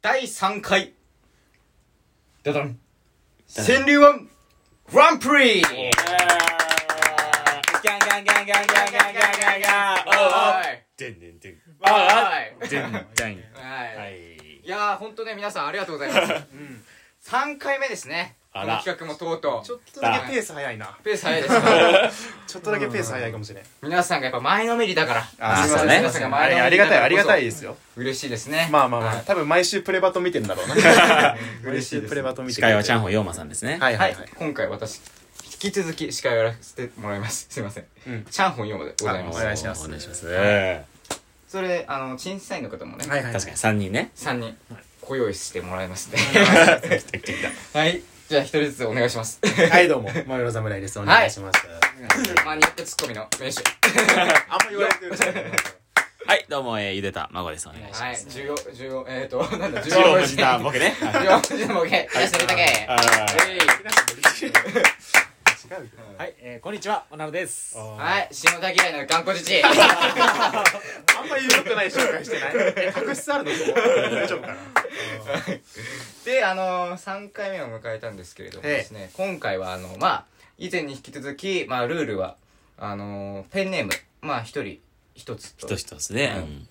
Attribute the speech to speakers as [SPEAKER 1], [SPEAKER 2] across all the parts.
[SPEAKER 1] 第3回、
[SPEAKER 2] ダダン
[SPEAKER 1] 川柳ワン、グランプリ
[SPEAKER 2] ギャンギャンギャンギャンギャンギャンギャンギャンギャンおーでんでんでん
[SPEAKER 1] おいはい
[SPEAKER 2] でんでん
[SPEAKER 1] は
[SPEAKER 2] はいい
[SPEAKER 1] いやー、ほんとね、皆さんありがとうございます。うん3回目ですね。こ
[SPEAKER 2] あ
[SPEAKER 1] の
[SPEAKER 2] ら
[SPEAKER 1] 企画もとうと
[SPEAKER 3] ちょ
[SPEAKER 1] う
[SPEAKER 3] っ。とだけペース早いな。
[SPEAKER 1] ペース早いですから。
[SPEAKER 3] ちょっとだけペース早いかもしれない。
[SPEAKER 1] 皆さんがやっぱ前のめりだから。
[SPEAKER 3] あー
[SPEAKER 1] すいません
[SPEAKER 2] そうね
[SPEAKER 1] 皆さんが
[SPEAKER 3] あ
[SPEAKER 1] 前
[SPEAKER 3] れ
[SPEAKER 1] の
[SPEAKER 3] あ
[SPEAKER 1] め
[SPEAKER 3] り
[SPEAKER 1] だ
[SPEAKER 3] が
[SPEAKER 1] か
[SPEAKER 3] たい、
[SPEAKER 1] ら
[SPEAKER 3] ありがたい
[SPEAKER 1] こ
[SPEAKER 3] ですよ。
[SPEAKER 1] そ嬉しいですね。
[SPEAKER 3] まあまあま
[SPEAKER 1] は
[SPEAKER 3] あ、
[SPEAKER 1] い
[SPEAKER 3] 多分毎週プレバト見てんだろう な。毎週プレバト見て
[SPEAKER 2] 司会はチャン
[SPEAKER 3] ホ。
[SPEAKER 2] ホンヨーマさんですね
[SPEAKER 3] はいは
[SPEAKER 1] はいい
[SPEAKER 3] はい。。
[SPEAKER 1] 今回私、引き続き司会をやらせてもらいます。すいません。チャンホン4でございま
[SPEAKER 3] あお願
[SPEAKER 1] す。
[SPEAKER 3] いします
[SPEAKER 2] お願いしますえ
[SPEAKER 1] それ、あの、審査員の方もね、
[SPEAKER 3] はいは
[SPEAKER 2] ー
[SPEAKER 3] い。
[SPEAKER 2] 確かに三人ね
[SPEAKER 1] 3人、ご用意してもらいますね。
[SPEAKER 2] 来た来た来た
[SPEAKER 1] はい。じゃあ、一人ずつお願いします。
[SPEAKER 3] はい、どうも。マグロ侍です。お願いします。
[SPEAKER 1] マニアックツッコミの名手。
[SPEAKER 3] あんま言われてるじゃない。
[SPEAKER 2] はいどうもえーゆでた孫ですお願いします
[SPEAKER 1] はい。重要、重要、えっと、なんだ、重
[SPEAKER 2] ジロ
[SPEAKER 1] 要
[SPEAKER 2] ー
[SPEAKER 1] 文
[SPEAKER 2] の
[SPEAKER 1] 字
[SPEAKER 2] 時間僕ね
[SPEAKER 1] 重要文字のボケ。やらせていただけ。
[SPEAKER 2] あ
[SPEAKER 1] えい
[SPEAKER 3] 違うよ
[SPEAKER 4] はい、えー、こんにちは、おなのです。
[SPEAKER 1] はい。下田嫌いの頑固じじい。
[SPEAKER 3] あんま言うことない紹介してない。え確執あるのそこ大丈夫かな
[SPEAKER 1] で、あのー、3回目を迎えたんですけれどもですね、今回は、あの、まあ、以前に引き続き、まあ、ルールは、あのー、ペンネーム、まあ、一人、一つと
[SPEAKER 2] 一。つ一つで
[SPEAKER 1] はい
[SPEAKER 2] うん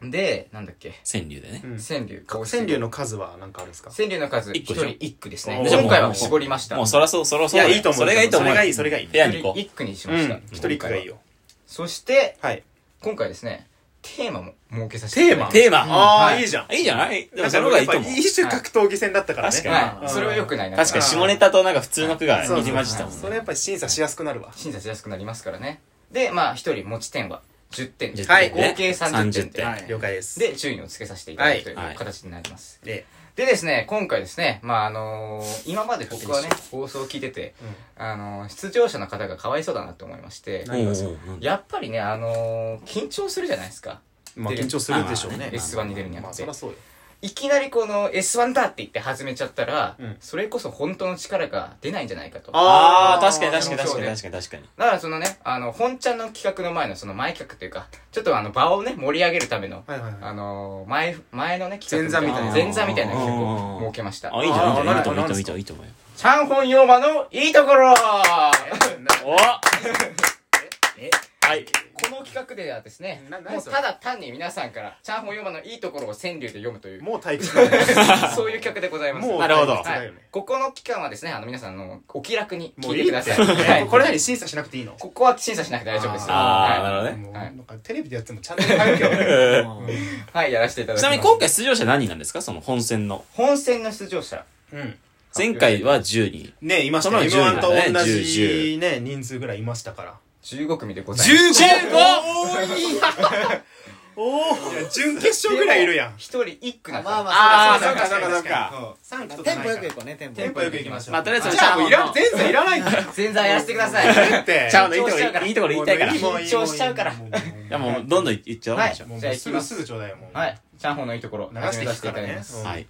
[SPEAKER 1] で、なんだっけ、
[SPEAKER 2] 川柳でね
[SPEAKER 3] うん
[SPEAKER 1] 川柳。
[SPEAKER 3] 川柳の数は何かあるんですか
[SPEAKER 1] 川柳の数、
[SPEAKER 2] 一
[SPEAKER 1] 一
[SPEAKER 2] 個でしょ
[SPEAKER 1] 人一句ですね。
[SPEAKER 3] おー
[SPEAKER 1] 今回は絞りました。
[SPEAKER 2] もうそらそうそらそうだよ
[SPEAKER 3] いやいいと思う
[SPEAKER 2] それがいいと思う
[SPEAKER 3] それがいいそれがいい
[SPEAKER 2] 部屋
[SPEAKER 1] 一
[SPEAKER 2] に行
[SPEAKER 1] 人
[SPEAKER 2] こう
[SPEAKER 1] 一句にし
[SPEAKER 3] う
[SPEAKER 1] ました。
[SPEAKER 3] ん。一人一個がいいよ。
[SPEAKER 1] そして、
[SPEAKER 3] はい。
[SPEAKER 1] 今回ですね、テーマも設けさせていただいて。
[SPEAKER 2] テーマ
[SPEAKER 3] あ
[SPEAKER 1] は
[SPEAKER 3] あ、
[SPEAKER 1] い
[SPEAKER 3] いいじゃん。
[SPEAKER 2] いいじゃないでもその方がいいと思う
[SPEAKER 3] なんかやっぱ一種格闘技戦だったからね。
[SPEAKER 2] はい確か
[SPEAKER 1] はい。それは良くないな。
[SPEAKER 2] 確かに下ネタとなんか普通の句が入り混じったもんね
[SPEAKER 3] それやっぱり審査しやすくなるわ。
[SPEAKER 1] 審査しやすくなりますからね。で、まあ、一人持ち点は10点。
[SPEAKER 2] 10
[SPEAKER 3] はい
[SPEAKER 1] 合計30点
[SPEAKER 2] 30点
[SPEAKER 4] はい
[SPEAKER 3] 了解です。
[SPEAKER 1] で、順位をつけさせていただくという
[SPEAKER 2] はい
[SPEAKER 1] 形になります。
[SPEAKER 3] で、
[SPEAKER 1] でですね、今回ですね、まあ、あのー今まで僕はね、放送を聞いてて、あのー出場者の方がかわいそうだなと思いまして、
[SPEAKER 3] 何がそう
[SPEAKER 2] うんうんうん
[SPEAKER 1] やっぱりね、あのー緊張するじゃないですか。
[SPEAKER 3] まあ
[SPEAKER 1] で
[SPEAKER 3] 緊張するでしょう
[SPEAKER 2] まあまあ
[SPEAKER 3] ね。
[SPEAKER 2] ね
[SPEAKER 1] S1 に出るにあ
[SPEAKER 3] まあ
[SPEAKER 1] って
[SPEAKER 3] そりゃ。そうよ。
[SPEAKER 1] いきなりこの S1 だって言って始めちゃったら、
[SPEAKER 3] うん
[SPEAKER 1] それこそ本当の力が出ないんじゃないかと。
[SPEAKER 2] ああ
[SPEAKER 3] あー
[SPEAKER 2] 確かに確かに確
[SPEAKER 1] そう
[SPEAKER 2] かに
[SPEAKER 1] ね
[SPEAKER 2] 確かに確かに
[SPEAKER 1] だからそのね、あの、本ちゃんの企画の前のその前企画というか、ちょっとあの場をね、盛り上げるための、
[SPEAKER 3] はいはいはい
[SPEAKER 1] あのー、前、前のね、企画
[SPEAKER 3] 前座みたいな
[SPEAKER 1] 前座みたいな企画を設けました。
[SPEAKER 2] あいいじゃんいいじゃんい
[SPEAKER 3] あ
[SPEAKER 2] いと思う
[SPEAKER 3] なるほど
[SPEAKER 2] いいと思ういいと思ういい
[SPEAKER 1] チャンホンヨーマのいいところ
[SPEAKER 2] と思うおはい
[SPEAKER 1] この企画ではですね、
[SPEAKER 3] な
[SPEAKER 1] もうただ単に皆さんから、チャンホンヨーマのいいところを川柳で読むという、
[SPEAKER 3] もう退屈だよね
[SPEAKER 1] そういう企画でございます。
[SPEAKER 3] もう
[SPEAKER 2] なるほど
[SPEAKER 3] 退屈
[SPEAKER 1] は
[SPEAKER 3] だ
[SPEAKER 1] い
[SPEAKER 3] よね。
[SPEAKER 1] ここの期間はですね、あの皆さんあのお気楽に
[SPEAKER 3] も
[SPEAKER 1] 聞
[SPEAKER 3] う
[SPEAKER 1] い
[SPEAKER 3] い
[SPEAKER 1] てく
[SPEAKER 3] いっ
[SPEAKER 1] だ
[SPEAKER 3] て
[SPEAKER 1] さい。 はい
[SPEAKER 3] これ何審査しなくていいの
[SPEAKER 1] ここは審査しなくて大丈夫ですよ。
[SPEAKER 2] あー
[SPEAKER 1] は
[SPEAKER 2] なるほどね
[SPEAKER 3] もう
[SPEAKER 1] は
[SPEAKER 3] ないんかテレビでやってもチャンネル変えるけ
[SPEAKER 1] い、はい、やらせていただき
[SPEAKER 2] ち
[SPEAKER 1] ま
[SPEAKER 2] な
[SPEAKER 1] す。
[SPEAKER 2] みに今回出場者何人なんですかその本戦の
[SPEAKER 1] 本戦の出場者。
[SPEAKER 3] どね。
[SPEAKER 2] 前回は10人
[SPEAKER 3] ねいました
[SPEAKER 2] そ
[SPEAKER 3] ね。
[SPEAKER 2] の順位
[SPEAKER 3] M1 と
[SPEAKER 2] だね
[SPEAKER 3] 同じね、人数ぐらいいましたから。
[SPEAKER 1] 15組でございます。
[SPEAKER 2] 15!
[SPEAKER 3] おお準決勝ぐらいいるやん。
[SPEAKER 1] 一人一句な
[SPEAKER 4] まあま
[SPEAKER 2] ああそ
[SPEAKER 3] そうう
[SPEAKER 2] か
[SPEAKER 3] か
[SPEAKER 2] そ
[SPEAKER 3] そうう
[SPEAKER 2] か
[SPEAKER 3] か
[SPEAKER 2] そ
[SPEAKER 3] そうう
[SPEAKER 2] か
[SPEAKER 3] か。3
[SPEAKER 4] テンポよくいこうね、テンポ
[SPEAKER 3] テン
[SPEAKER 4] よく。
[SPEAKER 3] ポよくいきましょう。
[SPEAKER 2] まあとりあえず
[SPEAKER 3] じゃあもういらん、全然いらないんだよ。
[SPEAKER 1] 全然やらせてください。
[SPEAKER 3] って
[SPEAKER 2] チャオのいいところいいところ言いたいからい
[SPEAKER 1] もう緊張しちゃうから
[SPEAKER 3] もう
[SPEAKER 2] やもうどんどんいっちゃおう
[SPEAKER 1] はい
[SPEAKER 2] でしょ
[SPEAKER 3] もう
[SPEAKER 1] じゃあ行
[SPEAKER 3] す
[SPEAKER 1] き
[SPEAKER 3] ぐ
[SPEAKER 1] ます
[SPEAKER 3] すぐちょうだいよもう。
[SPEAKER 1] はい。チャンホンのいいところ、
[SPEAKER 3] 流してい
[SPEAKER 1] さ
[SPEAKER 3] く
[SPEAKER 1] せてい
[SPEAKER 3] か
[SPEAKER 1] た
[SPEAKER 3] ら
[SPEAKER 1] だき
[SPEAKER 3] ね
[SPEAKER 1] ま。す。
[SPEAKER 2] はい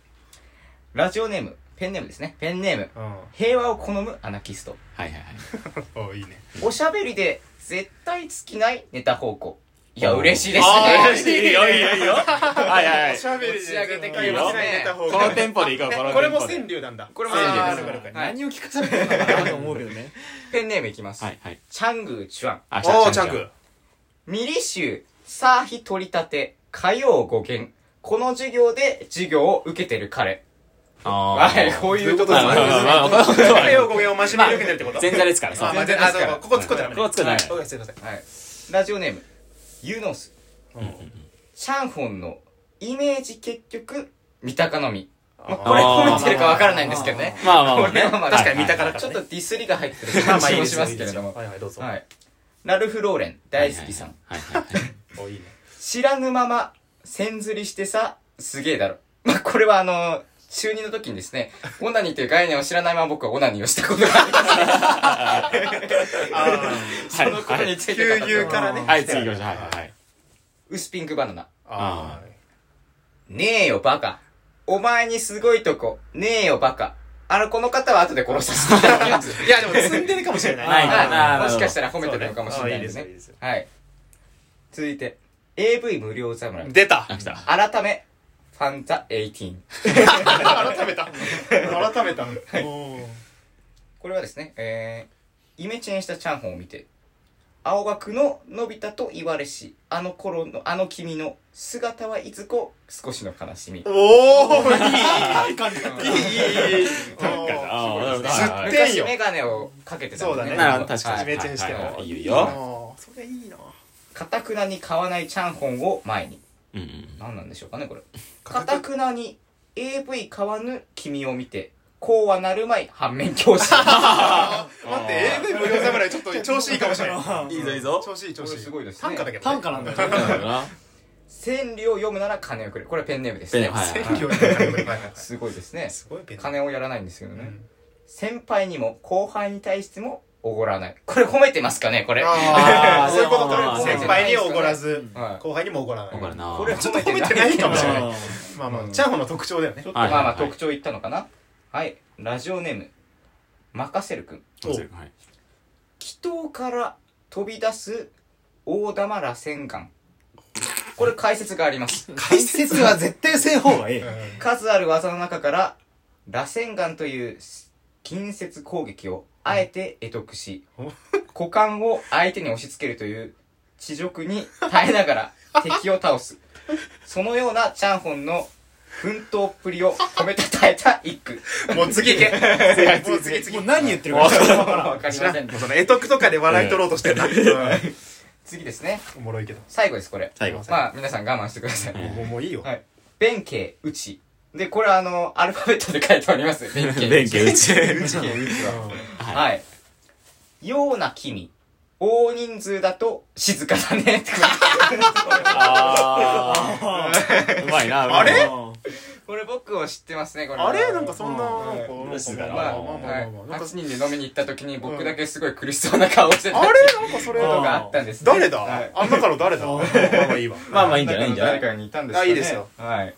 [SPEAKER 1] ラジオネーム、ペンネームですね。ペンネーム、
[SPEAKER 3] うん。
[SPEAKER 1] 平和を好むアナキスト。
[SPEAKER 2] はいはいはい
[SPEAKER 3] おいいね。
[SPEAKER 1] おしゃべりで絶対尽きないネタ方向。いや、
[SPEAKER 2] おー
[SPEAKER 1] 嬉しいですね。
[SPEAKER 2] あーいいよいいよいいよはいはいはい
[SPEAKER 3] しゃべり
[SPEAKER 1] 持ち上げてく
[SPEAKER 2] れますね
[SPEAKER 3] こ
[SPEAKER 2] このテンポでいこうこのテンポで
[SPEAKER 3] これも川柳なんだ。
[SPEAKER 1] これも
[SPEAKER 3] 川
[SPEAKER 1] 川柳
[SPEAKER 3] 柳
[SPEAKER 1] です
[SPEAKER 3] です。
[SPEAKER 1] はい
[SPEAKER 4] 何を聞かされてるのかなと思うけどね。
[SPEAKER 1] ペンネームいきます
[SPEAKER 2] は。いはい
[SPEAKER 1] チャングーチュアン。
[SPEAKER 2] あ
[SPEAKER 3] おー、チャンク。
[SPEAKER 1] ミリ集、サーヒ取り立て、火曜語源。この授業で授業を受けてる彼。
[SPEAKER 2] あ
[SPEAKER 1] は
[SPEAKER 2] ー
[SPEAKER 1] い、こういうこと
[SPEAKER 2] ま
[SPEAKER 1] です
[SPEAKER 2] あまあ
[SPEAKER 1] ね。
[SPEAKER 2] まあまあこ
[SPEAKER 3] これを語源を真面目に受けてるってこと。
[SPEAKER 2] 前座ですから
[SPEAKER 3] あ、
[SPEAKER 2] さ
[SPEAKER 3] ま
[SPEAKER 1] 全
[SPEAKER 3] あ、
[SPEAKER 1] 然
[SPEAKER 3] あそうここ突っ込んでダメね。
[SPEAKER 2] ここ突っ込んでダメ
[SPEAKER 3] はいごめんすいません。
[SPEAKER 1] はい。ラジオネーム、ユノス。シャンホンのイメージ結局、三鷹のみ。まあ、これ
[SPEAKER 2] あー
[SPEAKER 1] 褒めてるかわからないんですけどね。
[SPEAKER 2] まあまあまあ
[SPEAKER 1] これはまあ確かに
[SPEAKER 2] 見
[SPEAKER 1] 三
[SPEAKER 2] た
[SPEAKER 1] 鷹
[SPEAKER 3] か
[SPEAKER 1] だ
[SPEAKER 3] ら
[SPEAKER 1] からちょっとディスりが入ってる
[SPEAKER 3] ま
[SPEAKER 1] 感
[SPEAKER 3] あまあい
[SPEAKER 1] じ
[SPEAKER 3] い
[SPEAKER 1] も
[SPEAKER 3] で
[SPEAKER 1] し
[SPEAKER 3] すよ
[SPEAKER 1] ますけれども。
[SPEAKER 3] はいはい、どうぞ。
[SPEAKER 1] はい。ラルフ・ローレン、大好きさん。
[SPEAKER 2] はいはいはい
[SPEAKER 3] おいいね。
[SPEAKER 1] 知らぬまま、線釣りしてさ、すげえだろ。 まあ、これはあの、中2の時にです ね、オナニーという概念を知らないまま僕はオナニーをしたことがあります。
[SPEAKER 3] あ
[SPEAKER 2] は
[SPEAKER 1] そ
[SPEAKER 2] い
[SPEAKER 1] の
[SPEAKER 2] は
[SPEAKER 1] 頃に
[SPEAKER 2] い
[SPEAKER 1] ついて
[SPEAKER 3] 旧
[SPEAKER 1] た。
[SPEAKER 3] 友からね
[SPEAKER 2] はい次行きましょうはいはいはい
[SPEAKER 1] 薄ピンクバナナ。
[SPEAKER 3] あ
[SPEAKER 1] ねえよ、バカ。お前にすごいとこ。ねえよ、バカ。あの、この方は後で殺させていただきます。
[SPEAKER 3] ー。 いや、でも積んでるかもしれない。
[SPEAKER 2] はい
[SPEAKER 3] あー
[SPEAKER 2] なるほ
[SPEAKER 1] も
[SPEAKER 2] ど
[SPEAKER 1] しかしたら褒めてるのかもしれないです
[SPEAKER 3] そうねあいいですよいい
[SPEAKER 1] ね
[SPEAKER 3] ですよ。
[SPEAKER 1] はい。続いて、AV 無料侍。
[SPEAKER 3] 出た
[SPEAKER 2] あ来た
[SPEAKER 1] 改め、ファンタ18。
[SPEAKER 3] 改めた。改めた。おー
[SPEAKER 1] これはですね、えー、イメチェンしたチャンホンを見て、青学ののび太と言われし、あの頃の、あの君の姿はいつこ、少しの悲しみ。
[SPEAKER 3] おー
[SPEAKER 4] 短歌みたいない
[SPEAKER 3] いいいいいい
[SPEAKER 2] 短歌だあーなるほどはいはい
[SPEAKER 3] 知って
[SPEAKER 1] 昔
[SPEAKER 3] んよ。
[SPEAKER 1] メガネをかけてたん
[SPEAKER 3] そうだね
[SPEAKER 2] なるほど確
[SPEAKER 1] は
[SPEAKER 2] か
[SPEAKER 1] い
[SPEAKER 2] に
[SPEAKER 3] イメチェンしても
[SPEAKER 2] はいはいいい
[SPEAKER 3] あ
[SPEAKER 2] よ
[SPEAKER 3] ーそれいいな。
[SPEAKER 1] かたくなに買わないチャンホンを前に。
[SPEAKER 2] うんうん
[SPEAKER 1] 何なんでしょうかね、これ。かたくなに AV 買わぬ君を見て、こうはなるまい反面教師。
[SPEAKER 3] 待って、AV 無料侍ちょっと調子いいかもしれない。
[SPEAKER 2] いいぞいいぞ
[SPEAKER 3] 調子いい調
[SPEAKER 1] こ
[SPEAKER 3] 子い
[SPEAKER 1] れ
[SPEAKER 3] い。
[SPEAKER 1] すごいですね
[SPEAKER 3] 短歌だけどね。
[SPEAKER 4] 短歌なんだよね
[SPEAKER 2] なんだろうな
[SPEAKER 1] 千里を読むなら金をくれ。これはペンネームです。
[SPEAKER 2] ペンネームはい
[SPEAKER 3] 選挙みたいなことない
[SPEAKER 1] すごいですね。
[SPEAKER 3] すごいペン
[SPEAKER 1] 金をやらないんですけどね。
[SPEAKER 3] うん
[SPEAKER 1] 先輩にも後輩に対してもおごらない。これ褒めてますかねこれ。
[SPEAKER 3] ああ、そういうこと
[SPEAKER 2] あ
[SPEAKER 3] か。
[SPEAKER 2] ー
[SPEAKER 3] 先輩におごらず、
[SPEAKER 1] はい
[SPEAKER 3] 後輩にもおごらない。
[SPEAKER 2] わかるな
[SPEAKER 1] これ
[SPEAKER 3] ちょっと褒めてないかもしれない。
[SPEAKER 4] うん
[SPEAKER 3] まあまあ、チャンホの特徴だよね
[SPEAKER 1] ちょ。っとま
[SPEAKER 2] は
[SPEAKER 1] あ
[SPEAKER 2] いはいはい
[SPEAKER 1] まあ特徴言ったのかな。はい。ラジオネーム、任せるくん。
[SPEAKER 3] お
[SPEAKER 2] はい
[SPEAKER 1] 祈祷から飛び出す大玉螺旋丸。これ解説があります。
[SPEAKER 4] 解説は絶対せん方がいい
[SPEAKER 1] 数ある技の中から、螺旋丸という近接攻撃をあえて得得し、股間を相手に押し付けるという地辱に耐えながら敵を倒す。そのようなチャンホンの奮闘っぷりを褒めたたえた一句。
[SPEAKER 3] うんもう次行け。もう次
[SPEAKER 4] も
[SPEAKER 3] 次
[SPEAKER 4] う。何言ってるか分からん
[SPEAKER 1] わかり
[SPEAKER 3] 知
[SPEAKER 1] ま
[SPEAKER 3] ら
[SPEAKER 1] せん
[SPEAKER 3] ん。もうその、絵得とかで笑い取ろうとしてるな。うん
[SPEAKER 1] 次ですね。
[SPEAKER 3] おもろいけど。
[SPEAKER 1] 最後です、これ。
[SPEAKER 2] 最後
[SPEAKER 1] まあ、皆さん我慢してください。
[SPEAKER 2] ん
[SPEAKER 3] もうもういいよ。
[SPEAKER 1] はい。弁慶、うち。で、これはあの、アルファベットで書いております。弁慶。
[SPEAKER 2] 弁慶うち
[SPEAKER 1] うち。うちは。
[SPEAKER 2] はい
[SPEAKER 1] はい。ような君。大人数だと静かだ ね。
[SPEAKER 2] あーうまいなうまいな
[SPEAKER 3] あれ
[SPEAKER 1] これ僕を知ってますね、これ。
[SPEAKER 3] あれなんかそんな、なん
[SPEAKER 4] うん
[SPEAKER 3] か、なん
[SPEAKER 2] ロス
[SPEAKER 3] か
[SPEAKER 2] だな
[SPEAKER 1] まあ、
[SPEAKER 3] まあまあま
[SPEAKER 1] は
[SPEAKER 3] あ
[SPEAKER 1] い
[SPEAKER 3] まあなんか
[SPEAKER 1] 8人で飲みに行った時に僕だけすごい苦しそうな顔をしてた
[SPEAKER 3] あれなんかそれ、
[SPEAKER 1] ことがあったんですね。
[SPEAKER 3] 誰
[SPEAKER 1] は
[SPEAKER 3] だ
[SPEAKER 1] い
[SPEAKER 3] あん中の誰だまあまあいいわ。
[SPEAKER 2] まあまあいいんじゃないいいんじゃない
[SPEAKER 1] 誰かにいたんですかね
[SPEAKER 3] あいいですよ。
[SPEAKER 1] はい。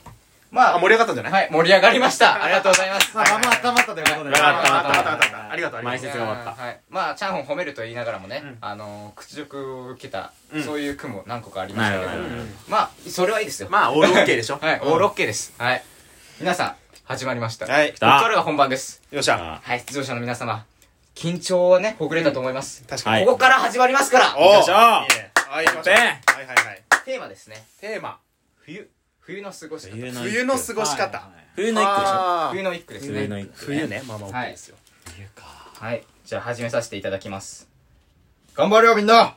[SPEAKER 1] ま
[SPEAKER 3] あ、
[SPEAKER 1] あ、
[SPEAKER 3] 盛り上がったんじゃない
[SPEAKER 1] はい、盛り上がりました。ありがとうございます。
[SPEAKER 4] まあまあまあたまったということで
[SPEAKER 2] はい
[SPEAKER 3] あ
[SPEAKER 2] ま
[SPEAKER 3] ったあったあった
[SPEAKER 2] ま
[SPEAKER 3] あった。ありがとう、ありが
[SPEAKER 2] 前
[SPEAKER 3] とう。
[SPEAKER 2] 説が終わった
[SPEAKER 1] はいまあチャンホン褒めると言いながらもね、
[SPEAKER 3] うん
[SPEAKER 1] あの屈辱を受けた、
[SPEAKER 3] うん
[SPEAKER 1] そういう句も何個かありましたけど
[SPEAKER 2] なるほど
[SPEAKER 3] なるほ
[SPEAKER 1] まあそれはいいですよ、
[SPEAKER 3] まあ、オールオッケーでしょ。
[SPEAKER 1] はい、オールオッケーですはい皆さん始まりました、
[SPEAKER 3] はい
[SPEAKER 1] ここからが本番です
[SPEAKER 3] よっしゃ。
[SPEAKER 1] はい出場者の皆様緊張はねほぐれたと思います、
[SPEAKER 3] 確
[SPEAKER 2] はい
[SPEAKER 1] ここから始まりますから
[SPEAKER 3] お
[SPEAKER 2] よっしゃ
[SPEAKER 3] いいねはい、行きましょう
[SPEAKER 2] ペン
[SPEAKER 3] はいはいはい。
[SPEAKER 1] テーマですね
[SPEAKER 3] テーマ。
[SPEAKER 1] 冬冬の過ごし方
[SPEAKER 2] 冬の
[SPEAKER 3] 冬の過
[SPEAKER 2] す
[SPEAKER 3] ごし方。
[SPEAKER 2] 冬の一個でしょ
[SPEAKER 3] あー
[SPEAKER 1] 冬の一句です
[SPEAKER 2] 冬
[SPEAKER 1] ね
[SPEAKER 2] の一個
[SPEAKER 3] 冬ね。まあまあ、
[SPEAKER 1] はい
[SPEAKER 3] OK ですよ。
[SPEAKER 2] 冬か
[SPEAKER 1] はいじゃあ始めさせていただきます頑張れよみんな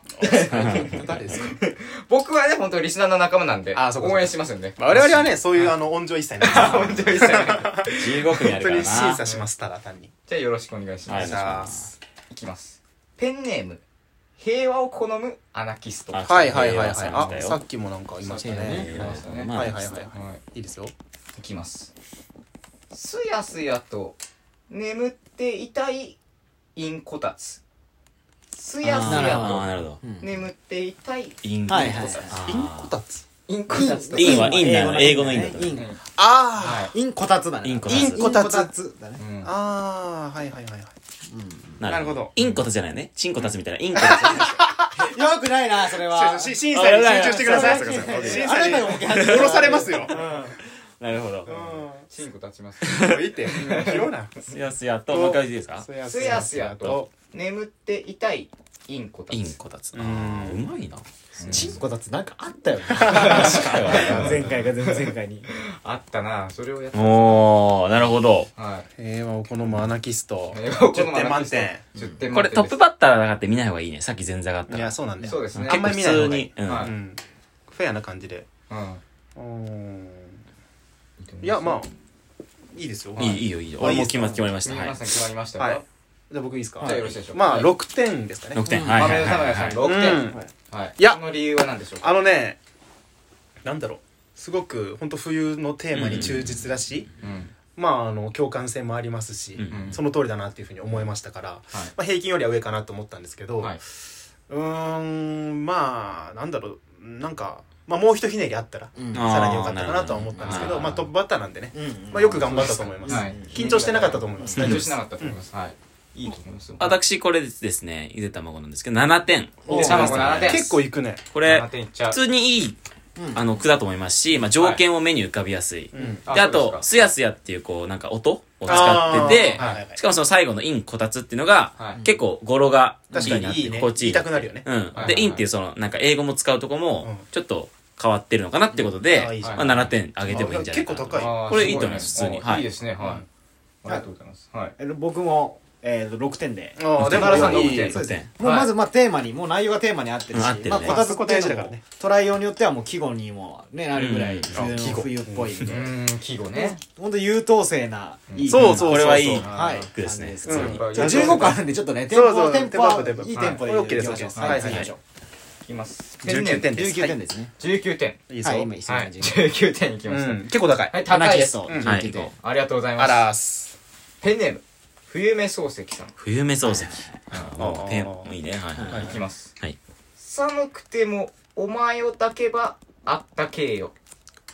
[SPEAKER 3] 誰ですか
[SPEAKER 1] 僕はね本当リスナーの仲間なんで
[SPEAKER 3] あそうかそうか
[SPEAKER 1] 応援しますんで
[SPEAKER 3] 我々はね、そういう、あの、 温情一切ない。本当に
[SPEAKER 2] 15分やる
[SPEAKER 3] 本当
[SPEAKER 2] から
[SPEAKER 3] に
[SPEAKER 2] な
[SPEAKER 3] 審査します、ただ単に。
[SPEAKER 1] じゃあよろしくお願いし
[SPEAKER 2] は
[SPEAKER 1] ま
[SPEAKER 2] い
[SPEAKER 1] す
[SPEAKER 2] お願いします
[SPEAKER 1] いきます。ペンネーム、平和を好むアナキスト。
[SPEAKER 2] あ
[SPEAKER 1] は
[SPEAKER 2] はいはいはいはいあさっ
[SPEAKER 3] きもなんかい
[SPEAKER 1] ましたね
[SPEAKER 2] ね
[SPEAKER 3] はいはいはい
[SPEAKER 1] い。
[SPEAKER 3] いいですよ。
[SPEAKER 1] いきます。すやすやと眠っていたいインコたつ。すやす
[SPEAKER 2] あー
[SPEAKER 1] や
[SPEAKER 2] なるほど
[SPEAKER 1] と眠っていたい
[SPEAKER 2] イン
[SPEAKER 4] はいはいはい
[SPEAKER 2] あー
[SPEAKER 3] インコタツ
[SPEAKER 1] インコたつと。
[SPEAKER 2] インはインだよね英語のインだと
[SPEAKER 4] イ
[SPEAKER 1] う
[SPEAKER 4] ン
[SPEAKER 1] ん
[SPEAKER 3] あ
[SPEAKER 1] はい。
[SPEAKER 4] インこたつだね
[SPEAKER 2] インこたつ
[SPEAKER 4] インこたつだね
[SPEAKER 1] うん
[SPEAKER 3] あ。ああ、はいはいはいはい。なるほど
[SPEAKER 2] インコたちじゃないよねチンコたちみたいなインコたちじゃない
[SPEAKER 4] よくないなそれは
[SPEAKER 3] し審査に集中してください。
[SPEAKER 2] そう
[SPEAKER 3] 審
[SPEAKER 2] そうそう
[SPEAKER 3] 査
[SPEAKER 4] あな
[SPEAKER 3] に
[SPEAKER 4] たが起き始めた
[SPEAKER 3] 殺されますよ。
[SPEAKER 2] なるほど
[SPEAKER 1] チンコ立ちます。
[SPEAKER 3] もういいって。拾うな。
[SPEAKER 2] すやすやともう一回いいですか
[SPEAKER 1] すやすやと。眠っていたいインコた
[SPEAKER 2] イン
[SPEAKER 1] つ。
[SPEAKER 2] コたちう
[SPEAKER 3] うん
[SPEAKER 2] まいな
[SPEAKER 4] チンこたつなんかあったよね前回か前々回に
[SPEAKER 1] あったなそれをやった。
[SPEAKER 2] おーなるほど
[SPEAKER 1] はい。
[SPEAKER 3] 平和を好むアナキスト。
[SPEAKER 1] 10
[SPEAKER 3] 10点満点。
[SPEAKER 1] 10点満点です。
[SPEAKER 2] これトップバッターだかって見ない方がいいねさっき前座があった
[SPEAKER 3] い
[SPEAKER 2] ら
[SPEAKER 3] や、そうなんだよ。
[SPEAKER 1] そうですね
[SPEAKER 3] あんまり見ない方がいい
[SPEAKER 2] 結。構
[SPEAKER 1] は
[SPEAKER 2] 普
[SPEAKER 1] い
[SPEAKER 2] 通
[SPEAKER 3] う
[SPEAKER 2] に
[SPEAKER 3] んフェアな感じで。
[SPEAKER 1] うん。
[SPEAKER 3] いや、まあ、いいですよ。
[SPEAKER 2] うんいいいいよいいよ
[SPEAKER 3] あ
[SPEAKER 2] 俺
[SPEAKER 3] いい
[SPEAKER 2] も
[SPEAKER 3] で
[SPEAKER 2] う
[SPEAKER 3] す
[SPEAKER 2] 決ま決まりましたはい
[SPEAKER 1] 皆さん決まりましたか、
[SPEAKER 3] はい。じゃあ僕いいですか
[SPEAKER 1] じゃあよろしいでしょうか
[SPEAKER 3] まあ、6点ですかね。
[SPEAKER 2] 6点はいは
[SPEAKER 1] 亀
[SPEAKER 2] い
[SPEAKER 1] 田
[SPEAKER 2] は
[SPEAKER 1] 様
[SPEAKER 2] い
[SPEAKER 1] や
[SPEAKER 2] は
[SPEAKER 1] さん
[SPEAKER 2] い
[SPEAKER 1] 6点、
[SPEAKER 3] うん
[SPEAKER 1] はい、
[SPEAKER 3] いや
[SPEAKER 1] その理由は何でしょうか
[SPEAKER 3] あのね、なんだろう。すごく、本当冬のテーマに忠実だし、
[SPEAKER 1] うん
[SPEAKER 3] まあ、あの、共感性もありますし、
[SPEAKER 2] うん
[SPEAKER 1] うん
[SPEAKER 3] その通りだなっていうふうに思いましたから、まあ、平均よりは上かなと思ったんですけど、
[SPEAKER 1] はいう
[SPEAKER 3] ーん、まあ、なんだろう、なんか、まあ、もう一ひねりあったら、
[SPEAKER 4] うん
[SPEAKER 2] あー
[SPEAKER 3] さらに良かったかなとは思ったんですけど、
[SPEAKER 2] なるほど
[SPEAKER 3] まあ、トップバッターなんでね、
[SPEAKER 4] うん
[SPEAKER 3] まあ、よく頑張ったと思います。
[SPEAKER 1] はい
[SPEAKER 3] 緊張してなかったと思います。
[SPEAKER 1] 緊
[SPEAKER 3] 大丈
[SPEAKER 1] 張
[SPEAKER 3] 夫で
[SPEAKER 1] し
[SPEAKER 3] す
[SPEAKER 1] な。かったと思います、はいいいと思いますよ
[SPEAKER 2] 私これですねゆで卵なんですけど7点
[SPEAKER 1] お
[SPEAKER 2] 玉さん
[SPEAKER 1] 卵7点
[SPEAKER 3] 結構いくね。
[SPEAKER 2] これ
[SPEAKER 1] 7点いっちゃう
[SPEAKER 2] 普通にいいあの句だと思いますし、まあ、条件を目に浮かびやすい、
[SPEAKER 3] うん
[SPEAKER 2] であと
[SPEAKER 1] そうです
[SPEAKER 2] すやすやっていうこうなんか音を使ってて、
[SPEAKER 3] あーはいはいはい
[SPEAKER 2] しかもその最後の「インこたつ」っていうのが、
[SPEAKER 1] はい
[SPEAKER 2] 結構語呂が
[SPEAKER 3] 確
[SPEAKER 2] い
[SPEAKER 3] か
[SPEAKER 2] いなっ
[SPEAKER 3] に
[SPEAKER 2] て
[SPEAKER 3] いいね
[SPEAKER 2] 心地い
[SPEAKER 3] 言
[SPEAKER 2] い
[SPEAKER 3] いたくなるよね
[SPEAKER 2] うん。
[SPEAKER 1] はいはい
[SPEAKER 2] で、インっていうその、なんか英語も使うとこも
[SPEAKER 3] うん、
[SPEAKER 2] ちょっと変わってるのかなってことで
[SPEAKER 3] あーいいじ、ゃ
[SPEAKER 1] ん
[SPEAKER 2] まあ7点上げてもいいんじゃないかな。
[SPEAKER 3] あ結構高い
[SPEAKER 1] あー
[SPEAKER 2] これ
[SPEAKER 1] す
[SPEAKER 2] いいと思います
[SPEAKER 1] ね
[SPEAKER 2] 普通に
[SPEAKER 1] あ
[SPEAKER 2] はい
[SPEAKER 1] いいですねはい、
[SPEAKER 3] うん
[SPEAKER 1] ありがとうございますはい
[SPEAKER 4] え僕も、えー、6点で。
[SPEAKER 3] ああでも
[SPEAKER 1] 奈良さんの
[SPEAKER 3] いい
[SPEAKER 1] 6点
[SPEAKER 4] そうです
[SPEAKER 2] 6
[SPEAKER 4] ね。もう
[SPEAKER 1] はい
[SPEAKER 4] まず、まあ、テーマに、もう内容がテーマに合ってる
[SPEAKER 2] うん
[SPEAKER 4] し、
[SPEAKER 2] 合ってるね
[SPEAKER 4] まあ、こたつってい
[SPEAKER 3] まあそ
[SPEAKER 4] うの
[SPEAKER 3] こ大事だから
[SPEAKER 4] も、
[SPEAKER 3] ね
[SPEAKER 4] 捉えようによってはもう季語にもね、なるぐらい、
[SPEAKER 2] うん
[SPEAKER 4] 冬
[SPEAKER 3] あ季
[SPEAKER 4] の
[SPEAKER 3] 語
[SPEAKER 4] 冬っぽいん
[SPEAKER 1] う
[SPEAKER 4] で。
[SPEAKER 1] ーん季語ね
[SPEAKER 4] ほんと優等生な、いい。
[SPEAKER 3] そうそう
[SPEAKER 2] これはいい
[SPEAKER 4] はい。
[SPEAKER 2] 句ですね
[SPEAKER 4] 感じ
[SPEAKER 2] 普通に
[SPEAKER 4] じゃあ15個あるんで、ちょっとね、テンポ
[SPEAKER 3] そうそう
[SPEAKER 4] は、テンポは
[SPEAKER 3] テンポアップテンポアップ
[SPEAKER 4] いいテンポで。
[SPEAKER 3] はいこれ OK です
[SPEAKER 4] いきましょう
[SPEAKER 3] はい
[SPEAKER 4] はい、次行きましょう。
[SPEAKER 1] いきます
[SPEAKER 3] 19点です
[SPEAKER 4] 19点ですね。
[SPEAKER 1] 19点
[SPEAKER 3] いいぞ
[SPEAKER 4] はい、今、一緒
[SPEAKER 1] は
[SPEAKER 4] ない感じで。
[SPEAKER 1] 19点いきました、
[SPEAKER 3] 結構高い
[SPEAKER 1] はい
[SPEAKER 4] 花
[SPEAKER 1] 高い
[SPEAKER 4] ゲ
[SPEAKER 1] で
[SPEAKER 4] ス
[SPEAKER 1] す
[SPEAKER 4] ト、
[SPEAKER 2] はい
[SPEAKER 4] 19点。
[SPEAKER 1] ありがとうございま
[SPEAKER 3] あ
[SPEAKER 1] す
[SPEAKER 3] らーす
[SPEAKER 1] ペンネーム冬目漱石さん
[SPEAKER 2] 冬目漱石。あ
[SPEAKER 3] あ
[SPEAKER 2] ー
[SPEAKER 3] ー
[SPEAKER 2] テンいいね。はいはい
[SPEAKER 1] いきます
[SPEAKER 2] はい。
[SPEAKER 1] 寒くてもお前を抱けばあったけえよ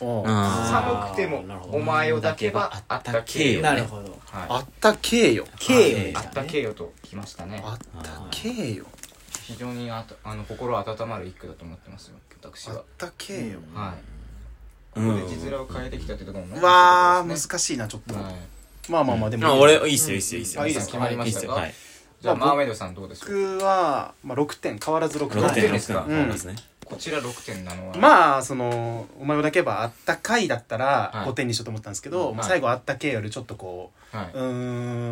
[SPEAKER 2] あ
[SPEAKER 4] あ
[SPEAKER 1] 寒
[SPEAKER 4] ー
[SPEAKER 1] くても
[SPEAKER 4] なるほど
[SPEAKER 1] お前を抱けばあったけえよ
[SPEAKER 4] なるほど。
[SPEAKER 1] はい
[SPEAKER 3] あったけえよ
[SPEAKER 4] 経営
[SPEAKER 1] あったけえよときましたね
[SPEAKER 3] あったけえよ
[SPEAKER 1] 非常にあとあの心温まる一句だと思ってますよ私
[SPEAKER 3] あっ
[SPEAKER 1] は
[SPEAKER 3] たけえよ
[SPEAKER 1] はいここで字面を変えてきたってところもね
[SPEAKER 3] うわー
[SPEAKER 1] 難
[SPEAKER 3] 難
[SPEAKER 1] しいで
[SPEAKER 3] しいなちょっと
[SPEAKER 1] すねはい
[SPEAKER 3] まあまあまあで
[SPEAKER 2] ー
[SPEAKER 3] も
[SPEAKER 2] まあ、俺、いいっすよ、いいっすよ、いいっすよ。
[SPEAKER 1] あいいです
[SPEAKER 2] は
[SPEAKER 1] 決まりましたか
[SPEAKER 2] いいっよはい。
[SPEAKER 1] じゃあ
[SPEAKER 3] まあ
[SPEAKER 1] マーメイドさんどうですか
[SPEAKER 3] 僕はまあ6点変わらず6
[SPEAKER 2] 6
[SPEAKER 1] 点
[SPEAKER 2] 点、
[SPEAKER 1] で
[SPEAKER 2] 6
[SPEAKER 1] すか
[SPEAKER 2] 点。
[SPEAKER 3] うん
[SPEAKER 2] そうですね。
[SPEAKER 1] こちら6点なのは
[SPEAKER 3] まあそのお前をだけばあったかいだった
[SPEAKER 1] は
[SPEAKER 3] ら
[SPEAKER 1] い
[SPEAKER 3] 5点にしようと思ったんですけど、
[SPEAKER 1] はい
[SPEAKER 3] まあ、最後あったけよりちょっとこ
[SPEAKER 1] はいう
[SPEAKER 3] うー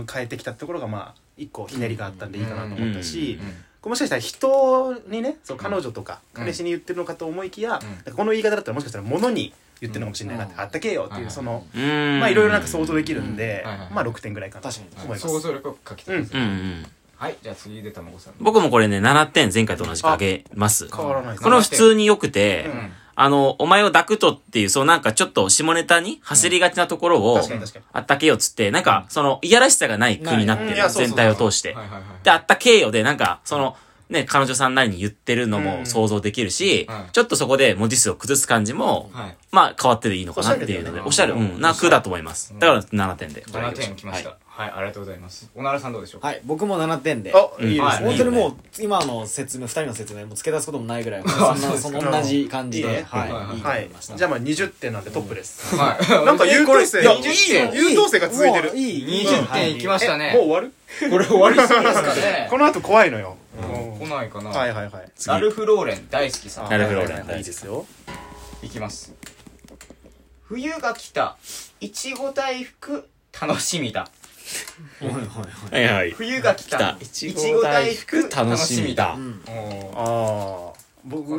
[SPEAKER 3] ん変えてきたところがまあ一個ひねりがあったんでいいかなと思ったし、
[SPEAKER 1] うん
[SPEAKER 3] こうもしかしたら人にねそう彼女とか
[SPEAKER 1] うん
[SPEAKER 3] 彼氏に言ってるのかと思いきや、
[SPEAKER 1] うん
[SPEAKER 3] なんかこの言い方だったらもしかしたら物に言ってるのかもしれないなって、
[SPEAKER 4] うん
[SPEAKER 3] あったけよって
[SPEAKER 1] はい
[SPEAKER 3] い
[SPEAKER 1] はい
[SPEAKER 3] うその、
[SPEAKER 2] うーん。
[SPEAKER 3] まあいろいろなんか想像できるんで、
[SPEAKER 1] うんはいはい
[SPEAKER 3] まあ6点ぐらいかなと
[SPEAKER 4] 確かに
[SPEAKER 3] 思います、
[SPEAKER 1] 想像力をかきたいです
[SPEAKER 2] うん
[SPEAKER 1] ね
[SPEAKER 2] うん。
[SPEAKER 1] はいじゃあ次でたまごさん
[SPEAKER 2] 僕もこれね、7点前回と同じく上げます。
[SPEAKER 3] 変わらないです
[SPEAKER 2] この普通に良くて、
[SPEAKER 1] うん
[SPEAKER 2] あの、お前を抱くとっていう、そうなんかちょっと下ネタに走りがちなところを
[SPEAKER 3] 確かに確かに、
[SPEAKER 2] あったけよっつって、なんか、その、いやらしさがない句になって
[SPEAKER 3] な
[SPEAKER 2] る
[SPEAKER 3] いいや。そうそう
[SPEAKER 2] 全体を通して
[SPEAKER 1] は。いはいはい
[SPEAKER 2] で、あったけよで、なんか、その、ね、彼女さんなりに言ってるのも想像できるし
[SPEAKER 1] うん、
[SPEAKER 2] ちょっとそこで文字数を崩す感じも、
[SPEAKER 1] はい
[SPEAKER 2] まあ、変わってていいのかなっていうので、お
[SPEAKER 3] お
[SPEAKER 2] し
[SPEAKER 3] し
[SPEAKER 2] ゃ
[SPEAKER 3] ゃ
[SPEAKER 2] れ、
[SPEAKER 3] れ
[SPEAKER 2] う
[SPEAKER 3] だ
[SPEAKER 2] ん、な句だと思います。だから7点で。
[SPEAKER 1] 7点きまし
[SPEAKER 2] は
[SPEAKER 1] たはいありがとうございますおならさんどうでしょう
[SPEAKER 4] はい、僕も7点で。
[SPEAKER 3] あいい
[SPEAKER 1] うん
[SPEAKER 3] ですね、
[SPEAKER 4] 本当にもう、今の説明、二人の説明、もう付け出すこともないぐらい、そんな、その同じ感じ
[SPEAKER 3] いい
[SPEAKER 4] で、
[SPEAKER 3] ね
[SPEAKER 4] はい、いいと
[SPEAKER 3] は
[SPEAKER 4] 思い
[SPEAKER 3] い
[SPEAKER 4] ました。
[SPEAKER 3] じゃあまあ20点なんでトップです、
[SPEAKER 1] はい
[SPEAKER 3] なんか優等生
[SPEAKER 1] いやいい
[SPEAKER 3] ね優等生が続いてる
[SPEAKER 4] もういい、いい
[SPEAKER 1] 20点いきました
[SPEAKER 3] え
[SPEAKER 1] ね
[SPEAKER 3] もう終わる
[SPEAKER 1] これ終わりそうですかね
[SPEAKER 3] この後怖いのよ、
[SPEAKER 1] 来ないかな
[SPEAKER 3] はいはいはい
[SPEAKER 2] 次
[SPEAKER 1] ラルフローレン大好きさん
[SPEAKER 2] なるほど俺
[SPEAKER 3] はいいいですよ
[SPEAKER 1] いきます冬が来たいちご大福楽しみだ
[SPEAKER 4] はいはいはい
[SPEAKER 2] はいはい。
[SPEAKER 1] 冬が来
[SPEAKER 2] 来た
[SPEAKER 1] たいちご大福楽しみだお
[SPEAKER 4] うん
[SPEAKER 1] ー
[SPEAKER 3] ああ僕